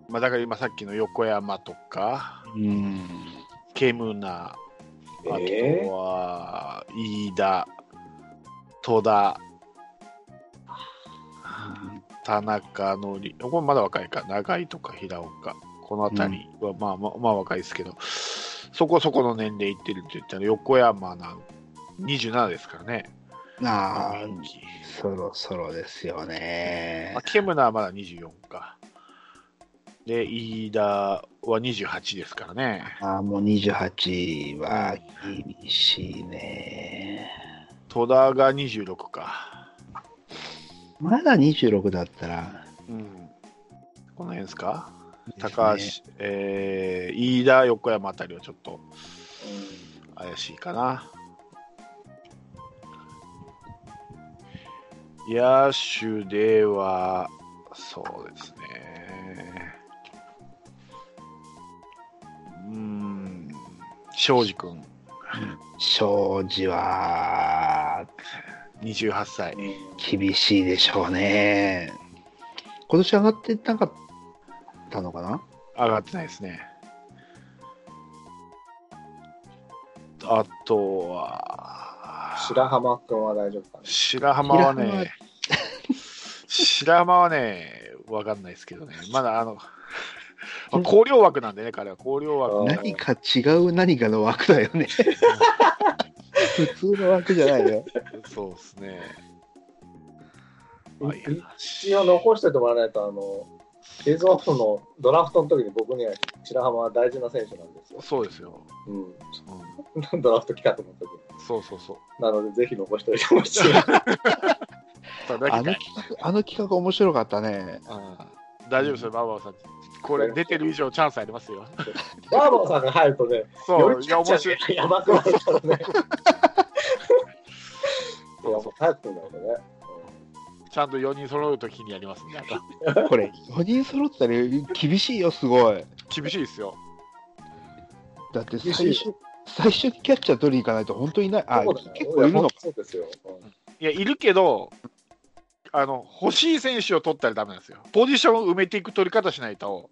Speaker 1: まあ、だから今さっきの横山とか、
Speaker 3: うん。
Speaker 1: ケムナ、あと
Speaker 2: えー
Speaker 1: は飯田、戸田、田中のり、これまだ若いか、長井とか平岡、この辺りはまあまあ、まあ若いですけど、そこそこの年齢いってるって言ったら、横山なん27ですからね、
Speaker 3: ああ、
Speaker 1: 現役
Speaker 3: そろそろですよね
Speaker 1: まあ、。ケムナはまだ24か。で、飯田は28ですからね。
Speaker 3: ああ、もう28は厳しいね。
Speaker 1: 戸田が26か。
Speaker 3: まだ26だったら、
Speaker 1: うん。この辺ですか
Speaker 3: ですね
Speaker 1: 高橋、えー、飯田、横山あたりはちょっと怪しいかな。野手では、そうですね。うーん、庄司君、
Speaker 3: 庄司は
Speaker 1: 28歳。
Speaker 3: 厳しいでしょうね。今年上がってなかったのかな
Speaker 1: 上がってないですね。あとは、
Speaker 2: 白浜君は大丈夫か
Speaker 1: 白浜は
Speaker 3: 白浜は
Speaker 1: ね、白浜はね、わかんないですけどね、まだあの、まあ、高量枠なんでね、彼は高量枠
Speaker 2: うん
Speaker 3: 何か違う何かの枠だよね。普通の枠じゃないよ。
Speaker 1: そうですね。
Speaker 2: な。
Speaker 1: まあいいや
Speaker 2: 一応残しておいてもらわないと、あの、シーズンオフのドラフトの時に僕には白浜は大事な選手なんですよ。
Speaker 1: そうですよ、
Speaker 2: う、
Speaker 1: うん
Speaker 2: ドラフト企画の時に。
Speaker 1: んそうそうそう
Speaker 2: なので、ぜひ残しておいてほしい。は
Speaker 1: ただ
Speaker 3: あの企画、あの企画面白かったね。
Speaker 1: うん大丈夫ですよバーバーさんこれ出てる以上チャンスあります よ
Speaker 2: いバーボンさんが入るとね、
Speaker 1: そ
Speaker 2: よ
Speaker 1: う
Speaker 2: り
Speaker 1: い
Speaker 2: キャ
Speaker 1: や
Speaker 2: ッチャ
Speaker 1: 面
Speaker 2: ー
Speaker 1: 白い
Speaker 2: がやばくなるからね。いや、
Speaker 1: そう
Speaker 2: も
Speaker 1: そう
Speaker 2: う早く来るんだけどね。
Speaker 1: ちゃんと4人揃うときにやりますんであと
Speaker 3: これ、4人揃ってたら厳しいよ、すごい。
Speaker 1: 厳しいですよ
Speaker 3: だって
Speaker 2: 厳しい
Speaker 3: 最初、最初にキャッチャー取りに行かないと本当にいない。あ、
Speaker 2: そうだね
Speaker 3: 結構いるのか。
Speaker 2: そうですよ。うん
Speaker 1: いやいるけどあの欲しい選手を取ったらダメなんですよポジションを埋めていく取り方しないと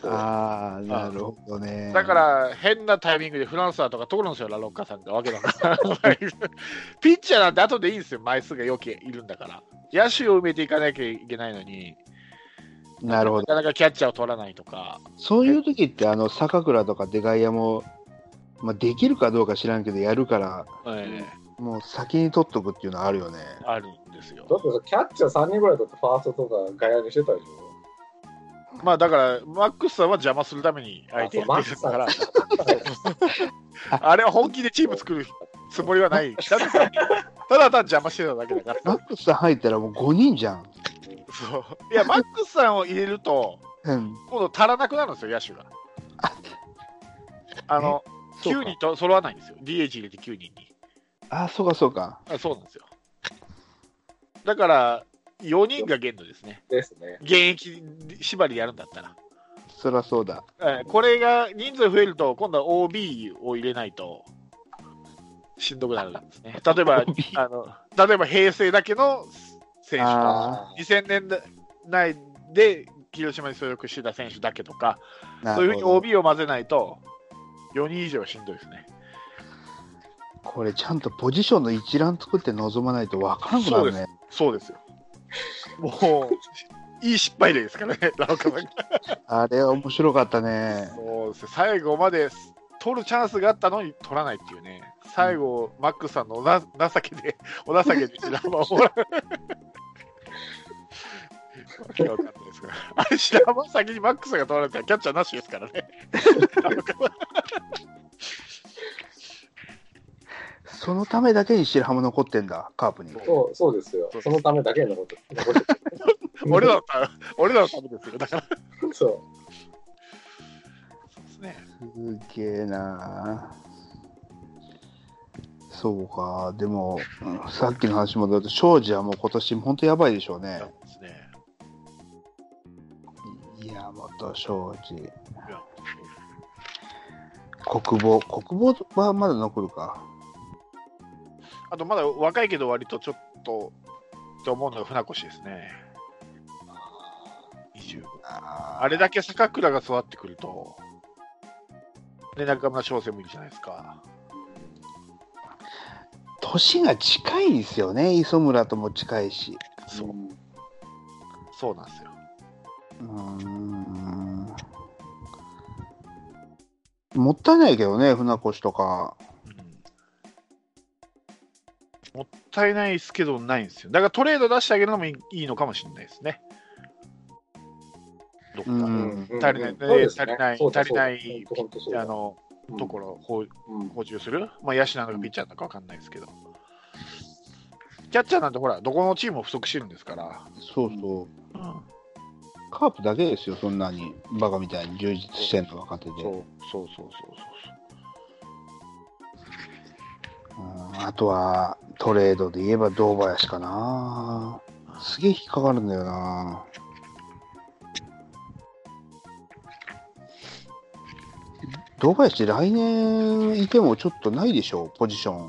Speaker 2: そう
Speaker 3: ああ、なるほどね。
Speaker 1: だか、ら変なタイミングでフランスーとか取るんですよラロッカさんがわけだ からピッチャーなんて後でいいんですよ枚数がよくいるんだから野手を埋めていかなきゃいけないのに
Speaker 3: なるほ
Speaker 1: な
Speaker 3: ど。
Speaker 1: かなかキャッチャーを取らないとか
Speaker 3: そういう時って、あの、坂倉とかデガイアも、まあ、できるかどうか知らんけど、やるから、
Speaker 1: え
Speaker 3: もう先に取っとくっていうのはあるよね。
Speaker 1: えあるんですよ
Speaker 2: だってさ、キャッチャー3人ぐらいだって、ファーストとか外野にしてたでしょ。
Speaker 1: まあだからマックスさんは邪魔するために相手やってる
Speaker 2: あそう
Speaker 1: から
Speaker 2: マックス
Speaker 1: あれは本気でチーム作るつもりはないただただ単に邪魔してただけだから
Speaker 3: マックスさん入ったらもう5人じゃん。
Speaker 1: そういやマックスさんを入れると
Speaker 3: うん。
Speaker 1: 今度足らなくなるんですよ野手があの
Speaker 3: そうか
Speaker 1: 9人と揃わないんですよ DH 入れて9人に
Speaker 3: あ、そうか、そうか。
Speaker 1: あそうなんですよだから4人が限度ですね
Speaker 2: ですね。
Speaker 1: 現役縛りでやるんだったら
Speaker 3: そりゃそうだ。
Speaker 1: えーこれが人数増えると、今度は OB を入れないとしんどくなるんですね。例え ば
Speaker 3: OB、
Speaker 1: あの例えば平成だけの選手とか、
Speaker 3: あ
Speaker 1: 2000年代で広島に所属してた選手だけとか、
Speaker 3: な
Speaker 1: そういう
Speaker 3: る
Speaker 1: ふう
Speaker 3: ほ
Speaker 1: に OB
Speaker 3: ど
Speaker 1: を混ぜないと、4人以上はしんどいですね。
Speaker 3: これちゃんとポジションの一覧作って臨まないと分からんくなるね。
Speaker 1: そうですよ。もう、いい失敗例ですからね、ラ オカさんが。
Speaker 3: あれは面白かったね。
Speaker 1: そうですね最後まで取るチャンスがあったのに取らないっていうね、最後、マックスさんのおな情けで、 お情けで白浜をもらう。 わけわかんないですからあれ、白浜先にマックスが取られたらキャッチャーなしですからね。
Speaker 3: そのためだけに白浜残ってんだ、カープに。
Speaker 2: そうそうですよ
Speaker 1: そう。
Speaker 2: そのためだけのこと。残ってる
Speaker 1: 俺らのた俺らのためですよ。だから。
Speaker 2: そう。
Speaker 1: そうですね。
Speaker 3: すげえなそうか、でも、うんさっきの話もだと、庄司はもう今年、本当やばいでしょうね。
Speaker 1: そうですね
Speaker 3: 山本庄司。
Speaker 1: いや
Speaker 3: 国防。国防はまだ残るか。
Speaker 1: あと、まだ若いけど、割とちょっと、と思うのが船越ですね。25
Speaker 3: あ
Speaker 1: あれだけ坂倉が育ってくると、で中村翔成もいるじゃないですか。
Speaker 3: 年が近いですよね、磯村とも近いし。
Speaker 1: そう
Speaker 2: うん
Speaker 1: そうなんですよ。
Speaker 3: うーんもったいないけどね、船越とか。
Speaker 1: もったいないですけど、ないんですよ。だからトレード出してあげるのもいいいいのかもしれないですね。どっか、
Speaker 3: うん
Speaker 1: 足りない
Speaker 2: そうですね
Speaker 1: 足りない
Speaker 2: そうだ
Speaker 1: 足りない
Speaker 2: そうだ本当そうだ
Speaker 1: あの
Speaker 2: うん
Speaker 1: ところを補
Speaker 2: うん
Speaker 1: 補充する、まあ、野手なのかピッチャーなのか分かんないですけど、キャッチャーなんてほら、どこのチームも不足してるんですから、
Speaker 3: そうそう。カープだけですよ、そんなに。バカみたいに充実してんの若手で。
Speaker 1: そう
Speaker 3: う
Speaker 1: そうそうそうそうん
Speaker 3: あとは、トレードで言えば堂林かな。すげえ引っかかるんだよな。堂林来年いてもちょっとないでしょ、ポジション。
Speaker 1: うんうん、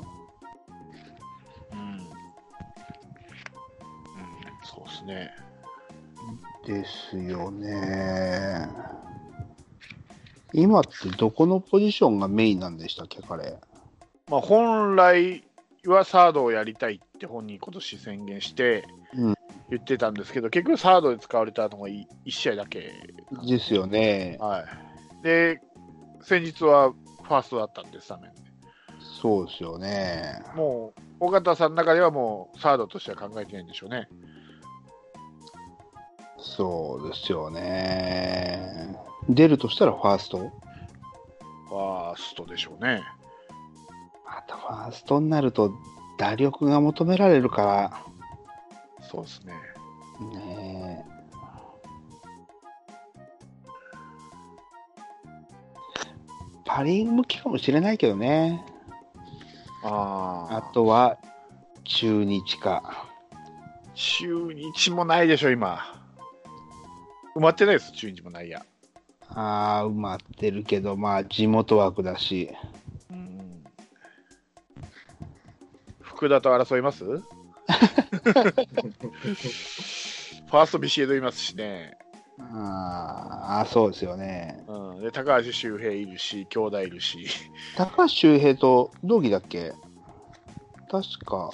Speaker 1: そうですね。
Speaker 3: ですよね。今ってどこのポジションがメインなんでしたっけ、彼。
Speaker 1: まあ、本来はサードをやりたいって本人、今年宣言して
Speaker 3: うん
Speaker 1: 言ってたんですけど、結局、サードで使われたのが1試合だけ、
Speaker 3: ですよね。
Speaker 1: はい、で先日はファーストだったんで、スタメンで。
Speaker 3: そうですよね。
Speaker 1: もう尾形さんの中ではもうサードとしては考えてないんでしょうね。
Speaker 3: そうですよね。出るとしたらファースト
Speaker 1: ファーストでしょうね。
Speaker 3: またファーストになると打力が求められるか
Speaker 1: そうですね。
Speaker 3: ら、ねえパ・リーグ向きかもしれないけどね。
Speaker 1: あ
Speaker 3: あ
Speaker 1: あ
Speaker 3: とは中日か。
Speaker 1: 中日もないでしょ、今。埋まってないです、中日もないや。
Speaker 3: ああ、埋まってるけど、まあ地元枠だし。
Speaker 1: うん福田と争い ますファーストビシエドいますしね、
Speaker 3: あーあ、そうですよね。
Speaker 1: うん、で高橋周平いるし兄弟いるし
Speaker 3: 高橋周平と同期だっけ確か、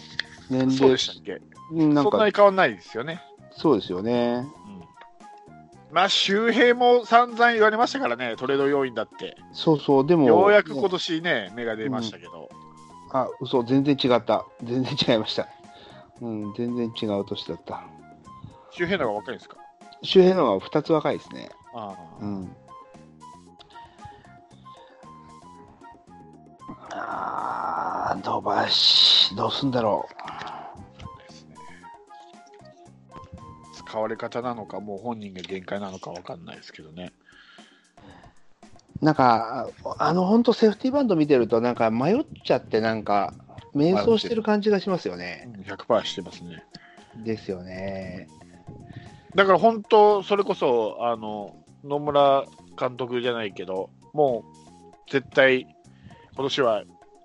Speaker 3: 年
Speaker 1: そう
Speaker 3: 齢
Speaker 1: で、したっけ
Speaker 3: うんなん
Speaker 1: そんな
Speaker 3: か
Speaker 1: に、変わんないですよね、
Speaker 3: そうですよね。
Speaker 1: うん、まあ周平も散々言われましたからねトレード要因だって
Speaker 3: そうそう、でも、
Speaker 1: ようやく
Speaker 3: ね
Speaker 1: 今年ね芽が出ましたけど、
Speaker 3: あ、嘘、全然違った。全然違いました。うん、全然違う年だった。
Speaker 1: 周平の方が若いんですか
Speaker 3: 周平の方が2つ若いですね。
Speaker 1: ああ
Speaker 3: うん。ああ、伸ばし、どうすんだろ
Speaker 1: ですね使われ方なのかもう本人が限界なのかわかんないですけどね
Speaker 3: う。なんか、あの、本当セーフティーバンド見てると、なんか迷っちゃって、なんか、迷走してる感じがしますよね。
Speaker 1: 100%してますね
Speaker 3: ですよね。
Speaker 1: だから本当それこそあの野村監督じゃないけどもう絶対今年は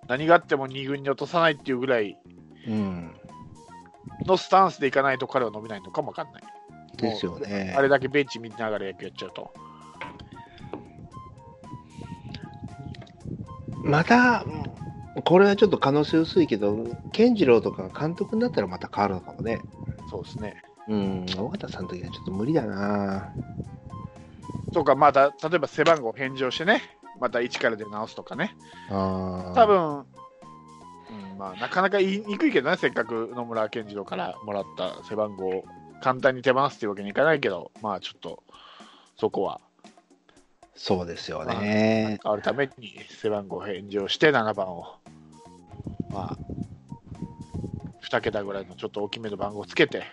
Speaker 1: 何があっても2軍に落とさないっていうぐらい
Speaker 3: うん。
Speaker 1: のスタンスでいかないと彼は伸びないのかもわかんない
Speaker 3: ですよね
Speaker 1: あ。れだけベンチ見ながら野球やっちゃうと
Speaker 3: また、これはちょっと可能性薄いけど、健次郎とかが監督になったらまた変わるのかもね。
Speaker 1: そうですね
Speaker 3: うん、尾形さんの時はちょっと無理だな。
Speaker 1: とかまた例えば背番号返上してねまた1から出直すとかね
Speaker 3: あー
Speaker 1: 多分、うんまあ、なかなか言いにくいけどね、せっかく野村健次郎からもらった背番号を簡単に手放すっていうわけにいかないけど、まあちょっとそこは
Speaker 3: そうですよね。
Speaker 1: 変わるために背番号返上して7番を、まあ、2桁ぐらいのちょっと大きめの番号つけて、はい、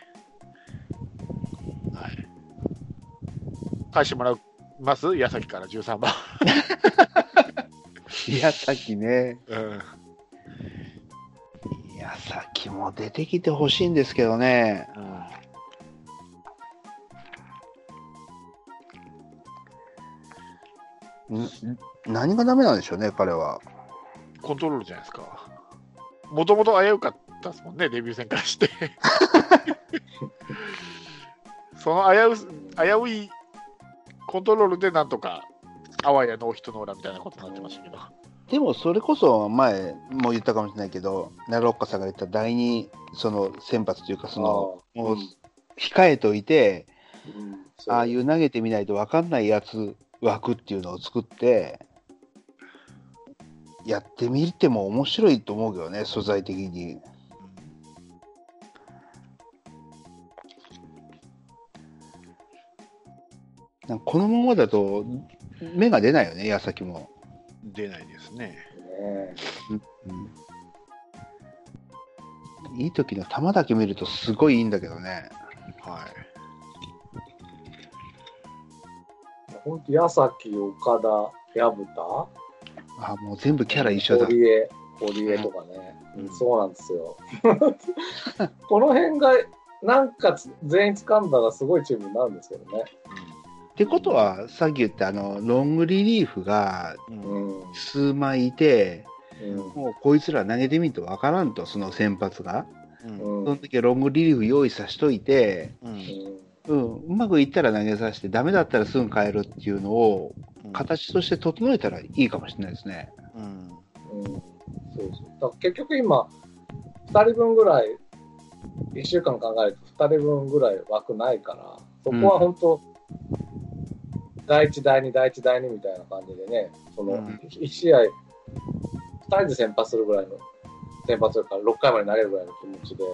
Speaker 1: 返してもらいます矢崎から13番。
Speaker 3: 宮崎ね。
Speaker 1: うん
Speaker 3: 宮崎も出てきてほしいんですけどね。ん何がダメなんでしょうね、彼は。
Speaker 1: コントロールじゃないですか。もともと危うかったですもんね、デビュー戦からして。 その危う危ういコントロールでなんとか、あわやノーヒットノーランみたいなことになってましたけど。
Speaker 3: でもそれこそ前も言ったかもしれないけど、奈良岡さんが言った第二その先発というか、その
Speaker 2: あー
Speaker 3: もう控えといて、
Speaker 2: うんそう
Speaker 3: ああいう投げてみないと分かんないやつ枠っていうのを作ってやってみても面白いと思うけどね素材的になんかこのままだと芽が出ないよね矢先も、
Speaker 1: 出ないですね。
Speaker 2: ね
Speaker 3: いい時の球だけ見るとすごいいいんだけどね
Speaker 1: はい。
Speaker 2: 本当矢崎、岡田、薮田、
Speaker 3: あもう全部キャラ一緒だ
Speaker 2: 堀江、堀江とかね、
Speaker 1: うん
Speaker 2: そうなんですよ。 この辺が、なんかつ全員掴んだらすごいチームになるんですけどね。
Speaker 3: ってことはさっき言ったあのロングリリーフが
Speaker 1: うんうん
Speaker 2: うん。うん
Speaker 3: 数枚いてもうこいつら投げてみんと分からんとその先発が
Speaker 1: うん
Speaker 2: うん
Speaker 3: その時はロングリリーフ用意さしといて
Speaker 1: うん
Speaker 3: うん、うまくいったら投げさせて、ダメだったらすぐ変えるっていうのを、形として整えたらいいかもしれないですね。
Speaker 1: うん
Speaker 2: うんそうそうだから結局今、2人分ぐらい、1週間考えると2人分ぐらい枠ないから、そこは本当、第1、第2、第1、第2みたいな感じでね、その
Speaker 1: うん
Speaker 2: 1試合、2人で先発するぐらいの、先発するから6回まで投げるぐらいの気持ちで、い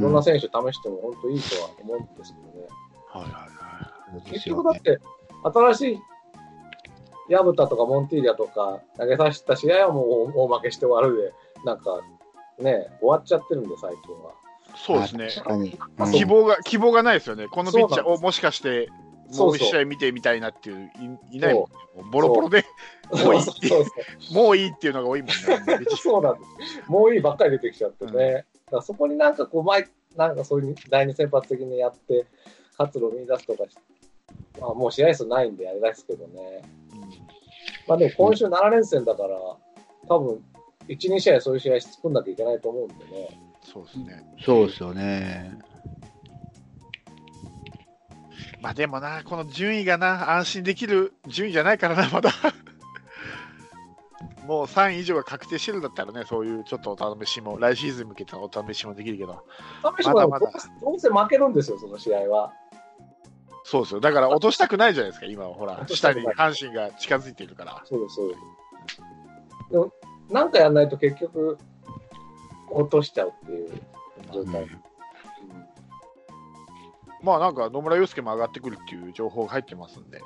Speaker 2: ろんな選手試しても本当いいとは思うんですけどね。
Speaker 1: はいはいは
Speaker 2: 結局だって、新しい薮田とかモンティーリャとか投げさせた試合はもう大大負けして終わるで、なんかね、終わっちゃってるんで、最近は。
Speaker 1: そうですね。
Speaker 3: 確かに。
Speaker 2: まあ
Speaker 3: うん
Speaker 1: 希望が、希望がないですよね。このピッチャー
Speaker 2: そうなん
Speaker 1: を
Speaker 2: です
Speaker 1: もしかして、
Speaker 2: そ
Speaker 1: もう
Speaker 2: う
Speaker 1: 一
Speaker 2: そう
Speaker 1: 試合見てみたいなっていう、いいないもんね。もうボロボロで、
Speaker 2: そ
Speaker 1: もういうい
Speaker 2: そうそう
Speaker 1: もういいっていうのが多 いもんね。
Speaker 2: そうなんです。もういいばっかり出てきちゃってね。
Speaker 1: うん
Speaker 2: だからそこになんかこう前、なんかそういう第二先発的にやって、活路を見出すとかし、まあ、もう試合数ないんでやりですけどね。まあでも今週7連戦だから、多分1、2試合そういう試合作んなきゃいけないと思うんでね。
Speaker 1: そうですね。
Speaker 3: そうですよね。
Speaker 1: まあでもな、この順位がな、安心できる順位じゃないからな、 まだ。もう3位以上が確定してるんだったらね、そういうちょっとお試しも、来シーズンに向けてのお試しもできるけど、
Speaker 2: 試しも
Speaker 1: まだまだ
Speaker 2: どうせ負けるんですよ、その試合は。
Speaker 1: そうですよ、だから落としたくないじゃないですか、今はほら
Speaker 2: 落、とし
Speaker 1: 下
Speaker 2: たく
Speaker 1: に
Speaker 2: ない
Speaker 1: 阪神が近づいているから。
Speaker 2: そうです、そうです。でも、なんかやらないと結局、落としちゃうっていう状態。
Speaker 3: うん
Speaker 2: うん
Speaker 1: まあなんか野村祐介も上がってくるっていう情報が入ってますんで、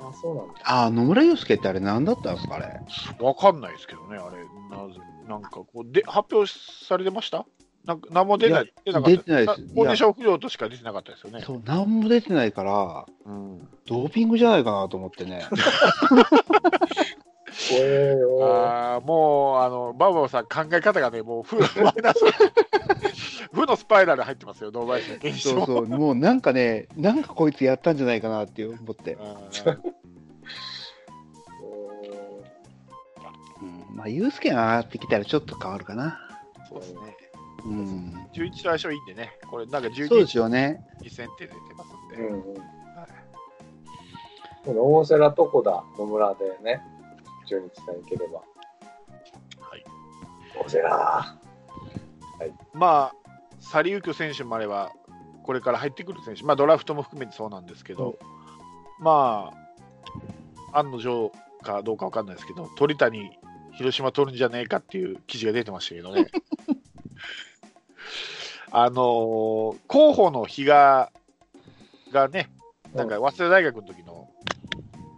Speaker 2: ああ、そうなんだ。
Speaker 3: ああ、野村祐介ってあれ何だったんですか、あれ。
Speaker 1: わかんないですけどね、あれ、なぜ、なんかこう、で発表されてましたなんか何も出ない、出なかった
Speaker 3: 出てないです
Speaker 1: コンディション不良としか出てなかったですよね。
Speaker 3: そう、何も出てないから、
Speaker 1: うん
Speaker 3: ドーピングじゃないかなと思ってね。
Speaker 2: おえよ
Speaker 1: あーもうあのバーバーさん考え方がねもう負マイナス 負のスパイラル入ってますよノーバイスの現
Speaker 3: そう
Speaker 1: 象
Speaker 3: そう、もうなんかね、なんかこいつやったんじゃないかなって思って。
Speaker 1: あー
Speaker 3: うん、まあ、祐介が上がってきたらちょっと変わるかな。
Speaker 1: そうですね
Speaker 3: うん。
Speaker 1: 11と相性いいんでねこれなんか
Speaker 3: そうで
Speaker 1: 12
Speaker 3: すよね。
Speaker 1: 日戦って出てますんで、
Speaker 2: うんうん。この大瀬良とこだ、野村でね、中日さん行ければ。
Speaker 1: はい。
Speaker 2: 大瀬良。
Speaker 1: まあ去りゆく選手もあればこれから入ってくる選手まあドラフトも含めてそうなんですけど、まあ案の定かどうかわかんないですけど鳥谷広島取るんじゃねえかっていう記事が出てましたけどねあのー候補の比嘉がねなんか早稲田大学の時の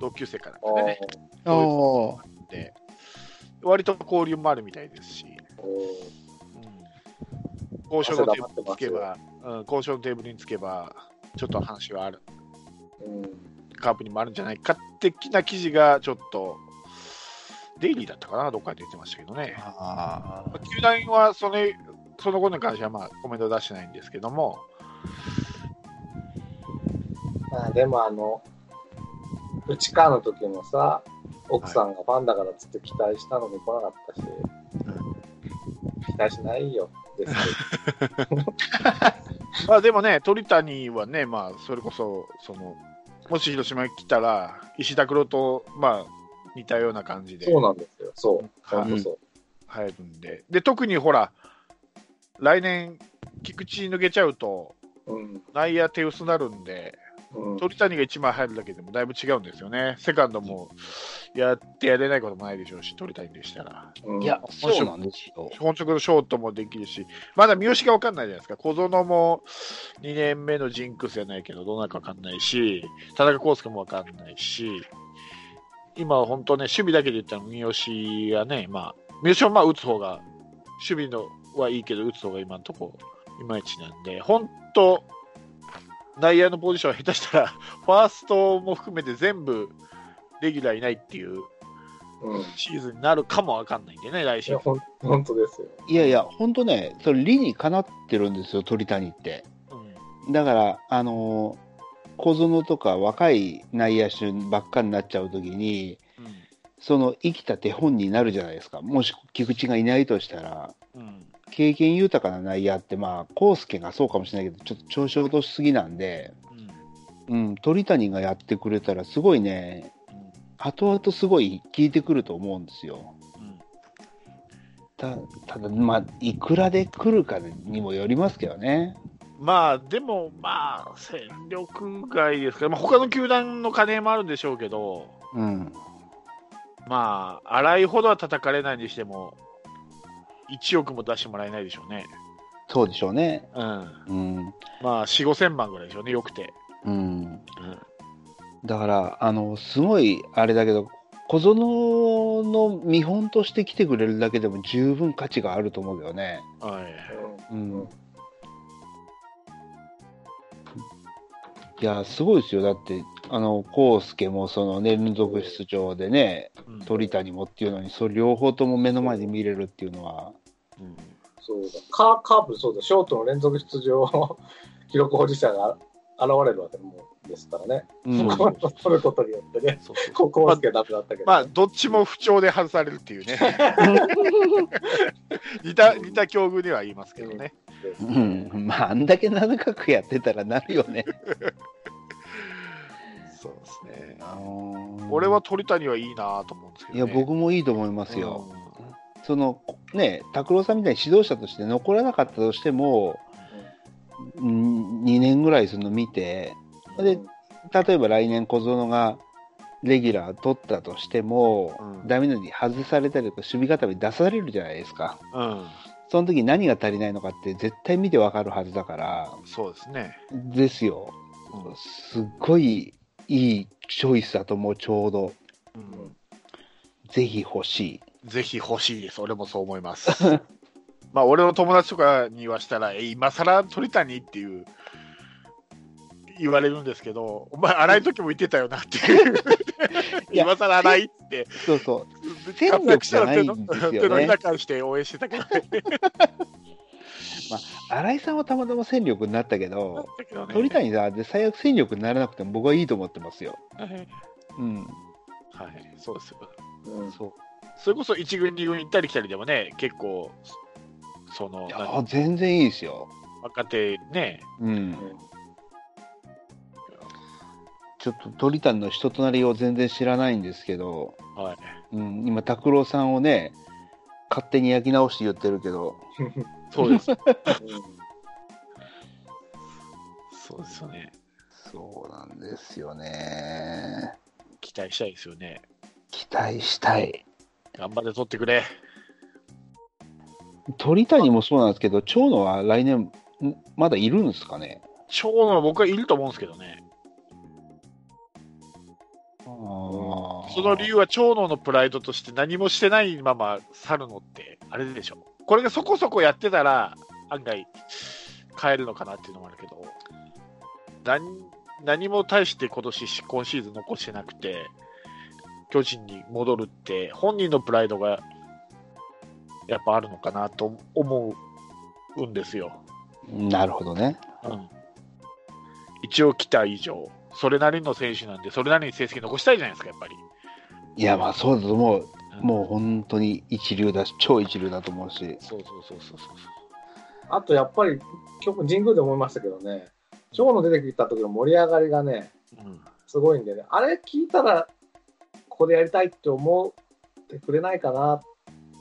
Speaker 1: 同級生から
Speaker 2: あー
Speaker 1: ね、
Speaker 3: ああ。
Speaker 1: で割と交流もあるみたいですし、
Speaker 2: う
Speaker 1: うん交渉のテーブルにつけば、うん、交渉のテーブルにつけば、ちょっと話はある、
Speaker 2: んうん
Speaker 1: カープにもあるんじゃないか的な記事が、ちょっと、デイリーだったかな、どっかで出てましたけどね。
Speaker 3: ああ。
Speaker 1: 球団はそのその後に関しては、まあ、コメント出してないんですけども、
Speaker 2: まあでもあの、内川の時もさ、奥さんがファンだからっつって期待したのに来なかったし、期待しな いよ、です
Speaker 1: まあ、でもね、鳥谷はね、まあ、それこそその、もし広島に来たら、石田黒と、まあ、似たような感じ
Speaker 2: け
Speaker 1: で
Speaker 2: ど。そうなんですよ、そう。
Speaker 1: はい
Speaker 2: 本当そう。
Speaker 1: 入るんで、で特にほら、来年、菊池抜けちゃうと、
Speaker 2: うん。
Speaker 1: 内野手薄なるんで、
Speaker 2: うん。
Speaker 1: 鳥谷が1枚入るだけでもだいぶ違うんですよね。セカンドもやってやれないこともないでしょうし、鳥谷でしたら。
Speaker 2: うん
Speaker 3: いや、そうなんですよ。
Speaker 1: 本職のショートもできるし、まだ三好が分かんないじゃないですか。小園も2年目のジンクスじゃないけど、どうなるか分かんないし、田中康介も分かんないし、今は本当ね、守備だけで言ったら三好がね、まあ、三好はまあ打つ方が、守備のはいいけど、打つ方が今のとこいまいちなんで、本当、内野のポジションは下手したら、ファーストも含めて全部レギュラーいないっていう
Speaker 2: うん。い
Speaker 1: シーズンになるかも分かんないんでね、来シーズン
Speaker 2: や、ほん本当ですよ。
Speaker 3: いやいや、ほんとね、それ理にかなってるんですよ、鳥谷って。
Speaker 1: うん
Speaker 3: だから、あのー小園とか若い内野手ばっかになっちゃうときに、その生きた手本になるじゃないですか。もし菊池がいないとしたら、
Speaker 1: うんうん
Speaker 3: 経験豊かな内野って、まあ、康介がそうかもしれないけど、ちょっと調子落としすぎなんで、
Speaker 1: うん
Speaker 3: うん、鳥谷がやってくれたら、すごいね、後々すごい効いてくると思うんですよ。たただ、まあ、いくらで来るかにもよりますけどね。
Speaker 1: まあでも、まあ戦力外ですから、まあ他の球団の金もあるんでしょうけど、
Speaker 3: うん。
Speaker 1: まあ、荒いほどは叩かれないにしても、1億も出してもらえないでしょうね。
Speaker 3: そうでしょうね。
Speaker 1: うん、
Speaker 3: うん。
Speaker 1: まあ、4、5千万ぐらいでしょうね、よくて。
Speaker 3: うん。だから、あの、すごい、あれだけど、小園の見本として来てくれるだけでも十分価値があると思うけどね。
Speaker 1: はい。
Speaker 3: うん。いや、すごいですよ。だって、あの、康介もその連続出場でね、
Speaker 1: うん
Speaker 3: 鳥谷もっていうのに、それ両方とも目の前で見れるっていうのは、
Speaker 1: うん
Speaker 2: そうだカカープ、そうだ、ショートの連続出場 記録保持者が現れるわけもですからね、
Speaker 3: うん
Speaker 2: こう取ることによってね、
Speaker 1: そうそう
Speaker 2: ここはすけダメだったけど、
Speaker 1: まあ、どっちも不調で外されるって いうね。似た、似た境遇では言いますけどね。
Speaker 2: です
Speaker 3: うん、まあ、あんだけ長くやってたらなるよね。
Speaker 1: そうですね。
Speaker 3: あのー
Speaker 1: 俺は鳥谷はいいなと思うんですけど、
Speaker 3: い
Speaker 1: ね。
Speaker 3: や、僕もいいと思いますよ。
Speaker 1: うん
Speaker 3: そのね拓郎さんみたいに指導者として残らなかったとしても、うん、2年ぐらいその見てで例えば来年小園がレギュラー取ったとしても、
Speaker 1: うん
Speaker 3: ダメなのに外されたりとか守備固め出されるじゃないですか
Speaker 1: うん、
Speaker 3: その時何が足りないのかって絶対見てわかるはずだから
Speaker 1: そうですね。
Speaker 3: ですよ
Speaker 1: うん
Speaker 3: すっごいいいチョイスだともうちょうど
Speaker 1: うん
Speaker 3: ぜひ欲し
Speaker 1: ぜひ欲しいです。俺もそう思います。 まあ、俺の友達とかにはしたら、え、今更鳥谷っていう、言われるんですけど、お前、洗い時も言ってたよなっていう。
Speaker 3: いや
Speaker 1: 今更洗いって
Speaker 3: い。そうそう戦
Speaker 1: 活
Speaker 3: 力
Speaker 1: 躍し
Speaker 3: じ
Speaker 1: た
Speaker 3: ゃ
Speaker 1: ら
Speaker 3: ない
Speaker 1: 手
Speaker 3: ん
Speaker 1: の
Speaker 3: ですよね
Speaker 1: 手のひら返して応援してたけどね。
Speaker 3: 新井さんはたまたま戦力になったけど
Speaker 1: だけどね
Speaker 3: 鳥谷さんで最悪戦力にならなくても僕はいいと思ってますよ。
Speaker 1: はい
Speaker 3: うん、
Speaker 1: はい、そうですよ。
Speaker 2: うん
Speaker 3: そう
Speaker 1: それこそ1軍、2軍行ったり来たりでもね、結構、その、
Speaker 3: い
Speaker 1: 何
Speaker 3: や全然いいですよ。
Speaker 1: 若手ね、
Speaker 3: うん、ちょっと鳥谷の人となりを全然知らないんですけど、
Speaker 1: はい、
Speaker 3: うん、今拓郎さんをね勝手に焼き直して言ってるけど
Speaker 1: そうです。
Speaker 2: うん
Speaker 1: そうですよね。
Speaker 3: そうなんですよね
Speaker 1: 期待したいですよね。
Speaker 3: 期待したい
Speaker 1: 頑張って取ってくれ。
Speaker 3: 鳥谷もそうなんですけど長野は来年んまだいるんですかね
Speaker 1: 長野は僕はいると思うんですけどね。
Speaker 3: そ
Speaker 1: その理由は長野のプライドとして何もしてないまま去るのって、あれでしょ。これがそこそこやってたら、案外、変えるのかなっていうのもあるけど、何何も対して今年、今シーズン残してなくて、巨人に戻るって、本人のプライドが、やっぱあるのかなと思うんですよ。
Speaker 3: なるほどね
Speaker 1: うん一応来た以上、それなりの選手なんで、それなりに成績残したいじゃないですか、やっぱり。
Speaker 3: いやまあそうだと思う
Speaker 1: うん
Speaker 3: もう本当に一流だし、超一流だと思うし、
Speaker 1: そうそうそうそうそう。
Speaker 2: あとやっぱり、今日神宮で思いましたけどね、長野出てきた時の盛り上がりがね、
Speaker 1: うん、
Speaker 2: すごいんでね、あれ聞いたら、ここでやりたいって思ってくれないかな、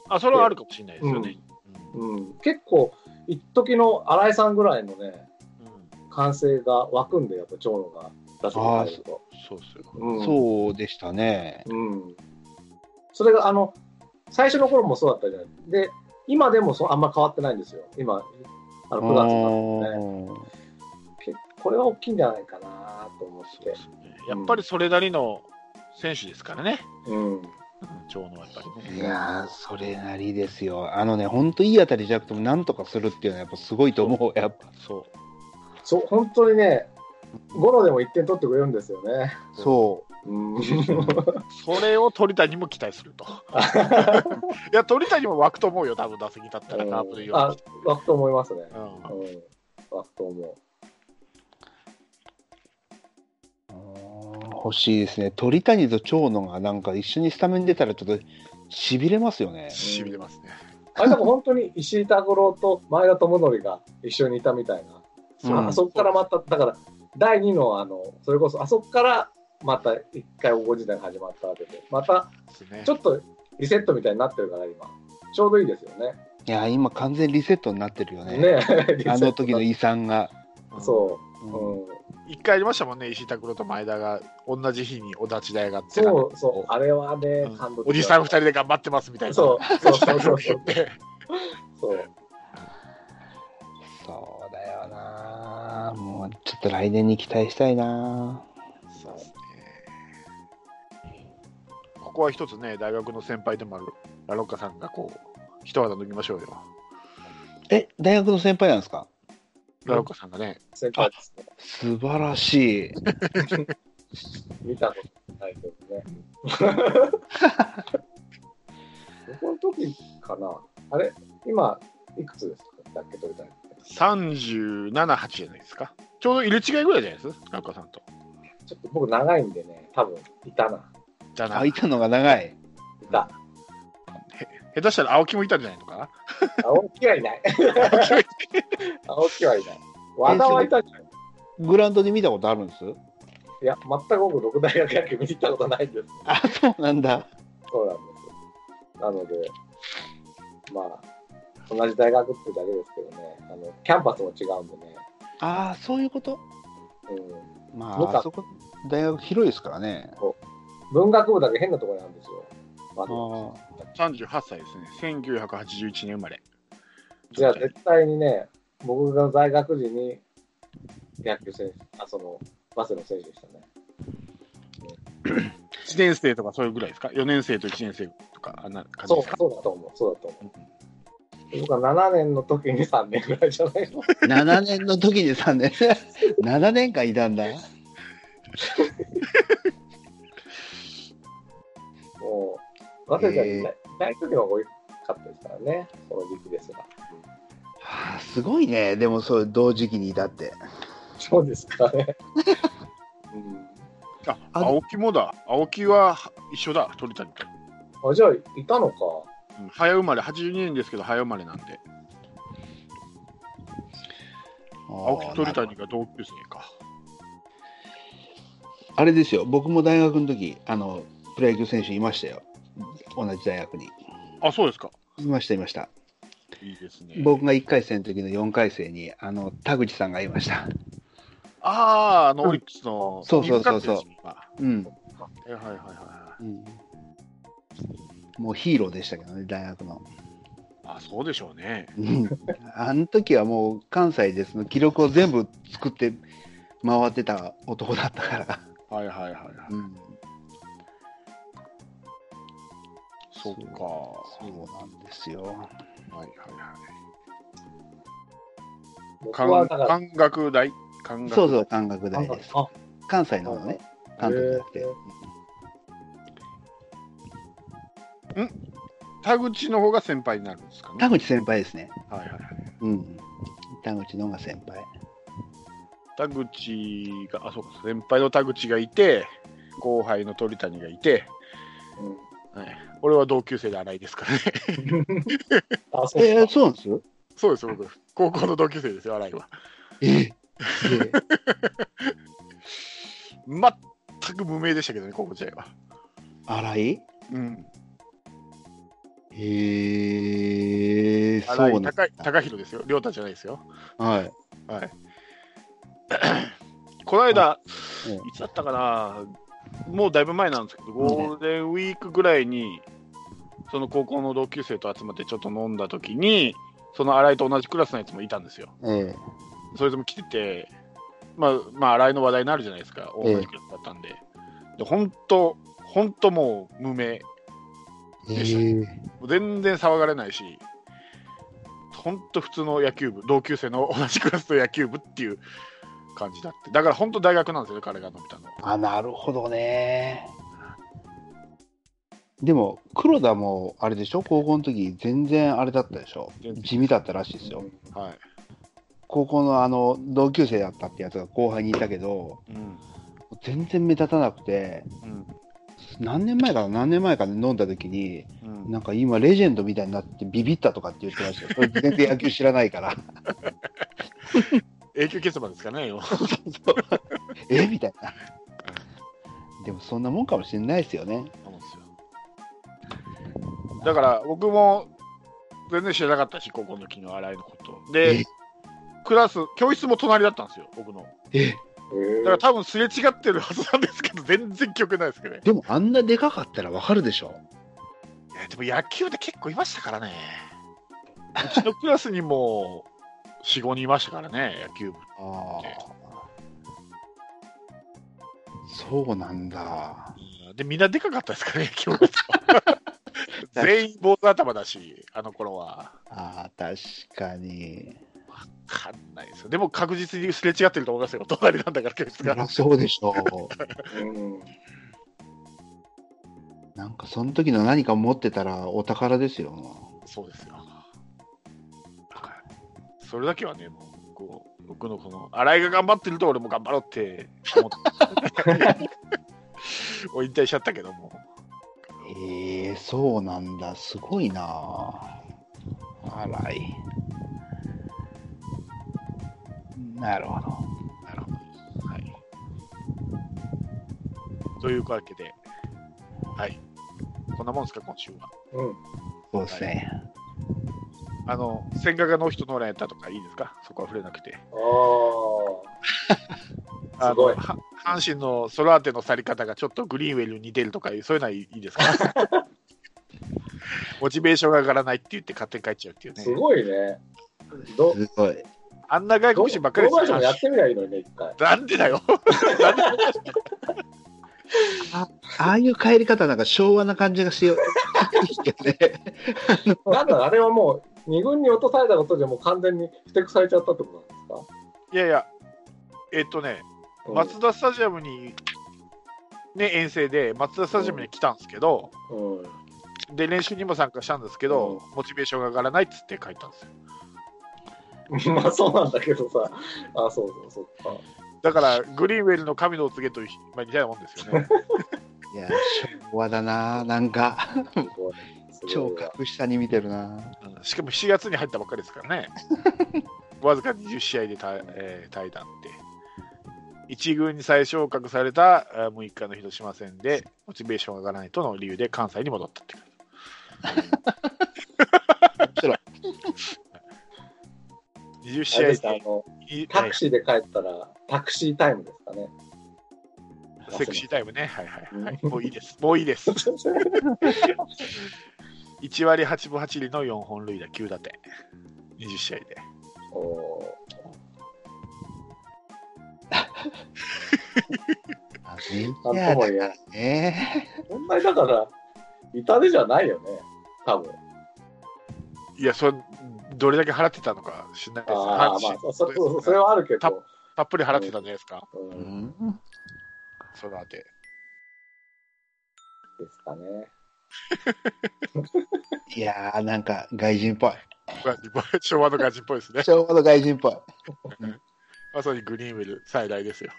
Speaker 1: あそれはあるかもしれないですよね。
Speaker 2: うん、結構、一時の新井さんぐらいのね、
Speaker 1: うんうん
Speaker 2: 歓声が湧くんで、やっぱ長野が打席に入ると。
Speaker 1: そうっすよ。
Speaker 2: うん
Speaker 3: そうでしたね。
Speaker 2: うん、それがあの最初の頃もそうだったじゃないで今でもそうあんま変わってないんですよ今あの9月になってね
Speaker 3: う
Speaker 2: けこれは大きいんじゃないかなと思っ
Speaker 1: そう
Speaker 2: て
Speaker 1: っすねやっぱりそれなりの選手ですからね、
Speaker 2: うん
Speaker 1: うん、長野はやっぱり
Speaker 3: ん
Speaker 1: ね。
Speaker 3: いやー、それなりですよ。あのね、本当いい当たりじゃなくても、なんとかするっていうのは、やっぱすごいと思う、やっぱ。
Speaker 1: そう
Speaker 2: そう本当にねゴロでも1点取ってくれるんですよね
Speaker 3: そ
Speaker 2: うん
Speaker 1: それを鳥谷も期待すると。いや、鳥谷も湧くと思うよ、多分打席だったら、カープで言わ
Speaker 2: あ湧くと思いますね
Speaker 1: れてうん
Speaker 2: うん湧くと思
Speaker 3: う。うん欲しいですね。鳥谷と長野がなんか一緒にスタメン出たら、ちょっとしびれますよね。
Speaker 1: しびれますね。
Speaker 2: うあれでも本当に石井拓郎と前田智則が一緒にいたみたいな
Speaker 3: うん
Speaker 2: あそこからまた、だから、第2の、あの、それこそ、あそこから、また一回黄金時代が始まったわけで、また、
Speaker 1: ですね
Speaker 2: ちょっとリセットみたいになってるから、今。ちょうどいいですよね。
Speaker 3: いやー、今完全リセットになってるよね。
Speaker 2: ね
Speaker 3: あの時の
Speaker 2: リセッ
Speaker 3: 遺産が。
Speaker 2: トそ
Speaker 3: うん
Speaker 2: う。うん。
Speaker 1: 一回ありましたもんね、石井拓郎と前田が同じ日にお立ち台があって、
Speaker 2: そうそう。あれは
Speaker 1: う
Speaker 2: ね、
Speaker 1: ん
Speaker 2: 感動的だった
Speaker 1: おじさん二人で頑張ってますみたいな。
Speaker 2: そうそうそうそうそうそう。
Speaker 3: そうだよなもうちょっと来年に期待したいな
Speaker 1: そうですね。こは一つね、大学の先輩でもあるラロッカさんがこう、一肌脱ぎましょうよ。
Speaker 3: え、大学の先輩なんですか
Speaker 1: ラロッカさんがね、
Speaker 2: 先輩ですね。
Speaker 3: 素晴らしい。
Speaker 2: 見たことないけどね。この時かなあれ今、いくつですかだっけ取りたいって
Speaker 1: 37、8じゃないですか。ちょうど入れ違いぐらいじゃないですラロッカさんと。
Speaker 2: ちょっと僕長いんでね、多分いたな。
Speaker 1: じゃあな、
Speaker 3: あ、い
Speaker 1: 下
Speaker 3: たのが長い。
Speaker 2: いた。
Speaker 1: 手したら青木もいたんじゃないのか
Speaker 2: 青木はいない。青木はいない。和田はいたじゃん。
Speaker 3: グラウンドで見たことあるんです
Speaker 2: いや、全く僕、六大学野球見に行ったことないんです。
Speaker 3: あ、そう なんだ。
Speaker 2: そうなんですよ。なので、まあ、同じ大学っていうだけですけどね、あのキャンパスも違うんでね、
Speaker 3: ああ、そういうこと
Speaker 2: うん、
Speaker 3: ま
Speaker 2: なん
Speaker 3: あ、
Speaker 2: か
Speaker 3: あそこ、大学広いですからね。
Speaker 2: 文学部だけ変なところなんですよ。ま
Speaker 3: あー
Speaker 1: な ?38 歳ですね。1981年生まれ。
Speaker 2: じゃあ、絶対にね、僕が在学時に野球選手、あ、その、バスケの選手でしたね。
Speaker 1: 1年生とかそういうぐらいですか ?4 年生と1年生とか、あんな感じ
Speaker 2: そ
Speaker 1: で
Speaker 2: う
Speaker 1: すか、
Speaker 2: そうだと思う、そうだと思う。僕は7年の時に3年ぐらいじゃないの。
Speaker 3: 7年の時に3年、7年間いたんだ。
Speaker 2: もう、早稲田にいないいない時の方が多かったですからね、その時期ですが。
Speaker 3: はあ、すごいね。でも、そう、同時期にいたって。
Speaker 2: そうですかね。うん
Speaker 1: あ
Speaker 3: あ
Speaker 1: 青木もだ。青木は一緒だ、鳥谷と。
Speaker 2: あじゃあいたのか
Speaker 1: うん早生まれ、82年ですけど、早生まれなんで、青木と鳥谷が同級生か。
Speaker 3: あれですよ、僕も大学の時あのプロ野球選手いましたよ、同じ大学に。
Speaker 1: あ、そうですか。
Speaker 3: いました、いました。
Speaker 1: いいですね。
Speaker 3: 僕が1回戦の時の4回生に、あの田口さんがいました。
Speaker 1: ああ、あの、オリックスの、
Speaker 3: そうそうそうそ
Speaker 1: 肉
Speaker 3: う
Speaker 1: 活動です
Speaker 3: うん、
Speaker 1: ねはいはいはいはい。
Speaker 3: うんもうヒーローでしたけどね、大学の。
Speaker 1: あ、そうでしょうね。
Speaker 3: うんあの時はもう関西でその記録を全部作って回ってた男だったから。
Speaker 1: はいはいはいはい。
Speaker 3: うん、
Speaker 1: そっか。
Speaker 3: そうなんですよ。
Speaker 1: はいはいは。
Speaker 2: 僕はいだ
Speaker 1: か
Speaker 2: か
Speaker 1: ん
Speaker 2: ら
Speaker 1: 感覚大感覚
Speaker 3: そうそう、感覚大です。
Speaker 2: あ
Speaker 3: 関西のね、関東じゃなくて
Speaker 2: へー。
Speaker 1: 田口の方が先輩になるんですかね。
Speaker 3: 田口先輩ですね。
Speaker 1: はいはいはい。
Speaker 3: うん。田口のが先輩。
Speaker 1: 田口が、あ、そうか、先輩の田口がいて、後輩の鳥谷がいて、
Speaker 2: うん
Speaker 1: 俺は同級生で新井ですからね。
Speaker 2: あそうか、
Speaker 3: えー、そうなんですよ。
Speaker 1: そうです、僕、高校の同級生ですよ、新井は。
Speaker 3: え
Speaker 1: 全く無名でしたけどね、高校時代は。
Speaker 3: 荒井
Speaker 1: うん。
Speaker 3: へえー、
Speaker 1: 新
Speaker 3: そう
Speaker 1: 井
Speaker 3: なん
Speaker 1: 高い高弘ですよ、亮太じゃないですよ。
Speaker 3: はい。
Speaker 1: はい。この間、
Speaker 3: うん
Speaker 1: いつだったかな、もうだいぶ前なんですけど、ゴールデンウィークぐらいに、その高校の同級生と集まってちょっと飲んだ時に、その新井と同じクラスのやつもいたんですよ。
Speaker 3: えー、
Speaker 1: それとも来てて、まあ、まあ、新井の話題になるじゃないですか、
Speaker 3: ええ
Speaker 1: 同じクラスだったんで。で、本当、本当もう無名、
Speaker 3: え
Speaker 1: でした
Speaker 3: ー、
Speaker 1: もう全然騒がれないし、本当、普通の野球部、同級生の同じクラスの野球部っていう感じだって、だから本当、大学なんですよね、彼が伸びたの。
Speaker 3: あ、なるほどね。でも、黒田もあれでしょ高校の時全然あれだったでしょ
Speaker 1: 全然
Speaker 3: 地味だったらしいですよ。
Speaker 1: はい
Speaker 3: 高校のあの、同級生だったってやつが後輩にいたけど、
Speaker 1: うん
Speaker 3: 全然目立たなくて、
Speaker 1: うん
Speaker 3: 何年前かな何年前かで飲んだ時に、
Speaker 1: うん
Speaker 3: なんか今レジェンドみたいになってビビったとかって言ってましたよ。それ全然野球知らないから。
Speaker 1: 永久欠番ですかね、要は
Speaker 3: えみたいな。でもそんなもんかもしれないですよね。
Speaker 1: そうなんですよだから僕も全然知らなかったし、高校の時の新井のこと。で
Speaker 3: え、
Speaker 1: クラス、教室も隣だったんですよ、僕の。だ
Speaker 3: え
Speaker 2: へ
Speaker 1: か
Speaker 2: え
Speaker 1: ら多分すれ違ってるはずなんですけど、全然記憶ないですけどね。
Speaker 3: でもあんなでかかったらわかるでしょ。
Speaker 1: いやでも野球で結構いましたからね。うちのクラスにも4、5人いましたからね、野球部。
Speaker 3: ああ。そうなんだ。
Speaker 1: うんで、みんなでかかったですからね、今日。全員坊主頭だし、あの頃は。
Speaker 3: ああ、確かに。
Speaker 1: わかんないですよ。でも確実にすれ違ってると思いますよ。隣なんだから、教室
Speaker 3: そりゃ
Speaker 1: が。
Speaker 3: そうでしょう。
Speaker 2: うん。
Speaker 3: なんかその時の何か持ってたらお宝ですよ。
Speaker 1: そうですよ。はいそれだけはね、もう、こう、僕のこの、新井が頑張ってると俺も頑張ろうって思って、もう引退しちゃったけども。
Speaker 3: ええそうなんだ。すごいなあらい。なるほど。
Speaker 1: なるほど。はい。というわけで、はい。こんなもんですか、今週は。
Speaker 2: うん。
Speaker 3: そうですね。
Speaker 1: あの、千賀がノーヒットノーランやったとかいいですかそこは触れなくて。
Speaker 2: あ
Speaker 1: あ
Speaker 2: すご
Speaker 1: の
Speaker 2: い
Speaker 1: は阪神のソラーテの去り方がちょっとグリーンウェルに似てるとかいう、そういうのはいいです かモチベーションが上がらないって言って勝手に帰っちゃうっていう
Speaker 2: あ、
Speaker 1: ね
Speaker 2: す。ごいね。ど、
Speaker 3: すごい。
Speaker 1: あんな外
Speaker 2: ど
Speaker 1: 国人ばっかり
Speaker 2: どの
Speaker 1: です
Speaker 2: 人
Speaker 1: よ
Speaker 2: もやってみりゃいいのにね、一回。
Speaker 1: なんでだよ。
Speaker 3: ああいう帰り方なんか昭和な感じがしよう。
Speaker 2: なんだ、あれはもう、二軍に落とされたことでもう完全にふてくされちゃったってことなんですか
Speaker 1: いやいや、えっとね、
Speaker 2: うん
Speaker 1: マツダスタジアムに、ね、遠征で、マツダスタジアムに来たんですけど、
Speaker 2: うん。
Speaker 1: で、練習にも参加したんですけど、モチベーションが上がらないっつって帰ったんですよ。
Speaker 2: まあそうなん だけどさ、あそうそうそうか。
Speaker 1: だから、グリーンウェルの神のお告げという、まあ、似たようなもんですよね。
Speaker 3: いや、昭和だななんか、
Speaker 2: すごいすごい
Speaker 3: 超格下に見てるな
Speaker 1: うんしかも7月に入ったばっかりですからね。わずか20試合でた、えー、退団って。一軍に再昇格されたあー6日の広島戦で、モチベーションが上がらないとの理由で関西に戻ったっていう。
Speaker 3: 面白い。
Speaker 1: 20
Speaker 2: あ
Speaker 1: 試
Speaker 2: れ
Speaker 1: 合
Speaker 2: ですあ
Speaker 1: で、
Speaker 2: の
Speaker 1: い
Speaker 2: タクシーで帰ったら、タクシータイムですかね。
Speaker 1: セクシータイムね。はいはいはい。
Speaker 2: うん
Speaker 1: もういいです。もういいです。1割8分8厘の4本塁打9打点。20試合で。
Speaker 2: おー
Speaker 3: あメ
Speaker 2: なん
Speaker 3: ジャ
Speaker 2: と
Speaker 3: ー
Speaker 2: も
Speaker 3: だ
Speaker 2: 言えない。
Speaker 3: ね。
Speaker 2: そんなにだから、痛手じゃないよね、多分。
Speaker 1: いや、それ、どれだけ払ってたのか知らないです。
Speaker 2: ああ、
Speaker 1: 阪
Speaker 2: まあ
Speaker 1: 神、
Speaker 2: そそそそれはあるけど。
Speaker 1: たっぷり払ってたんじゃないですか。
Speaker 2: う、
Speaker 3: うん
Speaker 2: で
Speaker 3: ん
Speaker 1: そのあて。
Speaker 2: すかね。
Speaker 3: いやー、なんか外人っぽい。
Speaker 1: まあ昭和のガチっぽいですね。
Speaker 3: 昭和の外人っぽい。
Speaker 1: まさにグリーンウェル最大ですよ。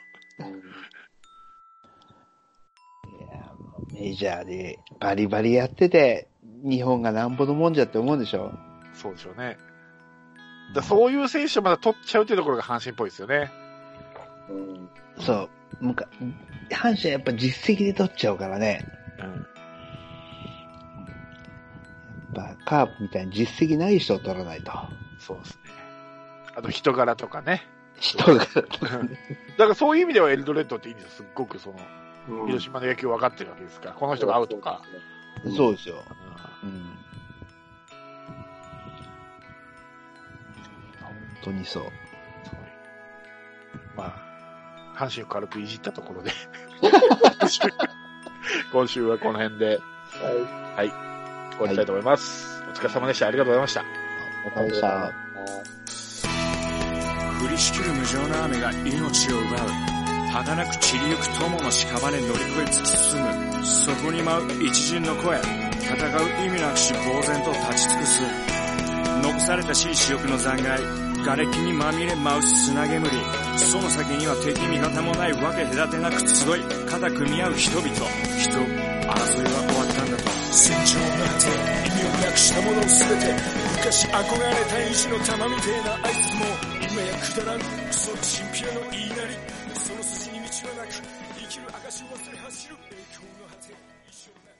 Speaker 3: いやーメジャーでバリバリやってて、日本がなんぼのもんじゃって思うでしょ。
Speaker 1: そうでしょうね。だそういう選手をまだ取っちゃうというところが阪神っぽいですよね。
Speaker 2: うん、
Speaker 3: そう。むか阪神はやっぱ実績で取っちゃうからね。
Speaker 1: うん、
Speaker 3: やっぱカープみたいに実績ない人を取らないと。
Speaker 1: そうですね。あと人柄とかね。
Speaker 3: 人
Speaker 1: だ
Speaker 3: が。
Speaker 1: からそういう意味ではエルドレッドっていいんですよ。すっごくその、
Speaker 2: うん
Speaker 1: 広島の野球分かってるわけですから、この人が合うとか。。
Speaker 3: そうですよ。
Speaker 1: うん
Speaker 3: うん。本当にそう。
Speaker 1: そうまあ、阪神を軽くいじったとこ ろで、今週はこの辺で
Speaker 2: は
Speaker 1: 終わりたいと思います。お疲れ様でした。ありがとうございました。
Speaker 3: お疲れ様でした。
Speaker 2: い。
Speaker 4: 降りしきる無情な雨が命を奪う儚く散りゆく友の屍乗り越え突き進むそこに舞う一陣の声戦う意味なくし呆然と立ち尽くす残されたしい死翼の残骸瓦礫にまみれ舞う砂煙その先には敵味方もないわけ隔てなく集い肩組み合う人々人争いは終わったんだと戦場なんて意味をなくしたもの全て昔憧れた意地の玉みてえなあいつも今やくだらんそのチンピラの言いなりその筋に道はなく生きる証を忘れ走る栄光の果て一生なく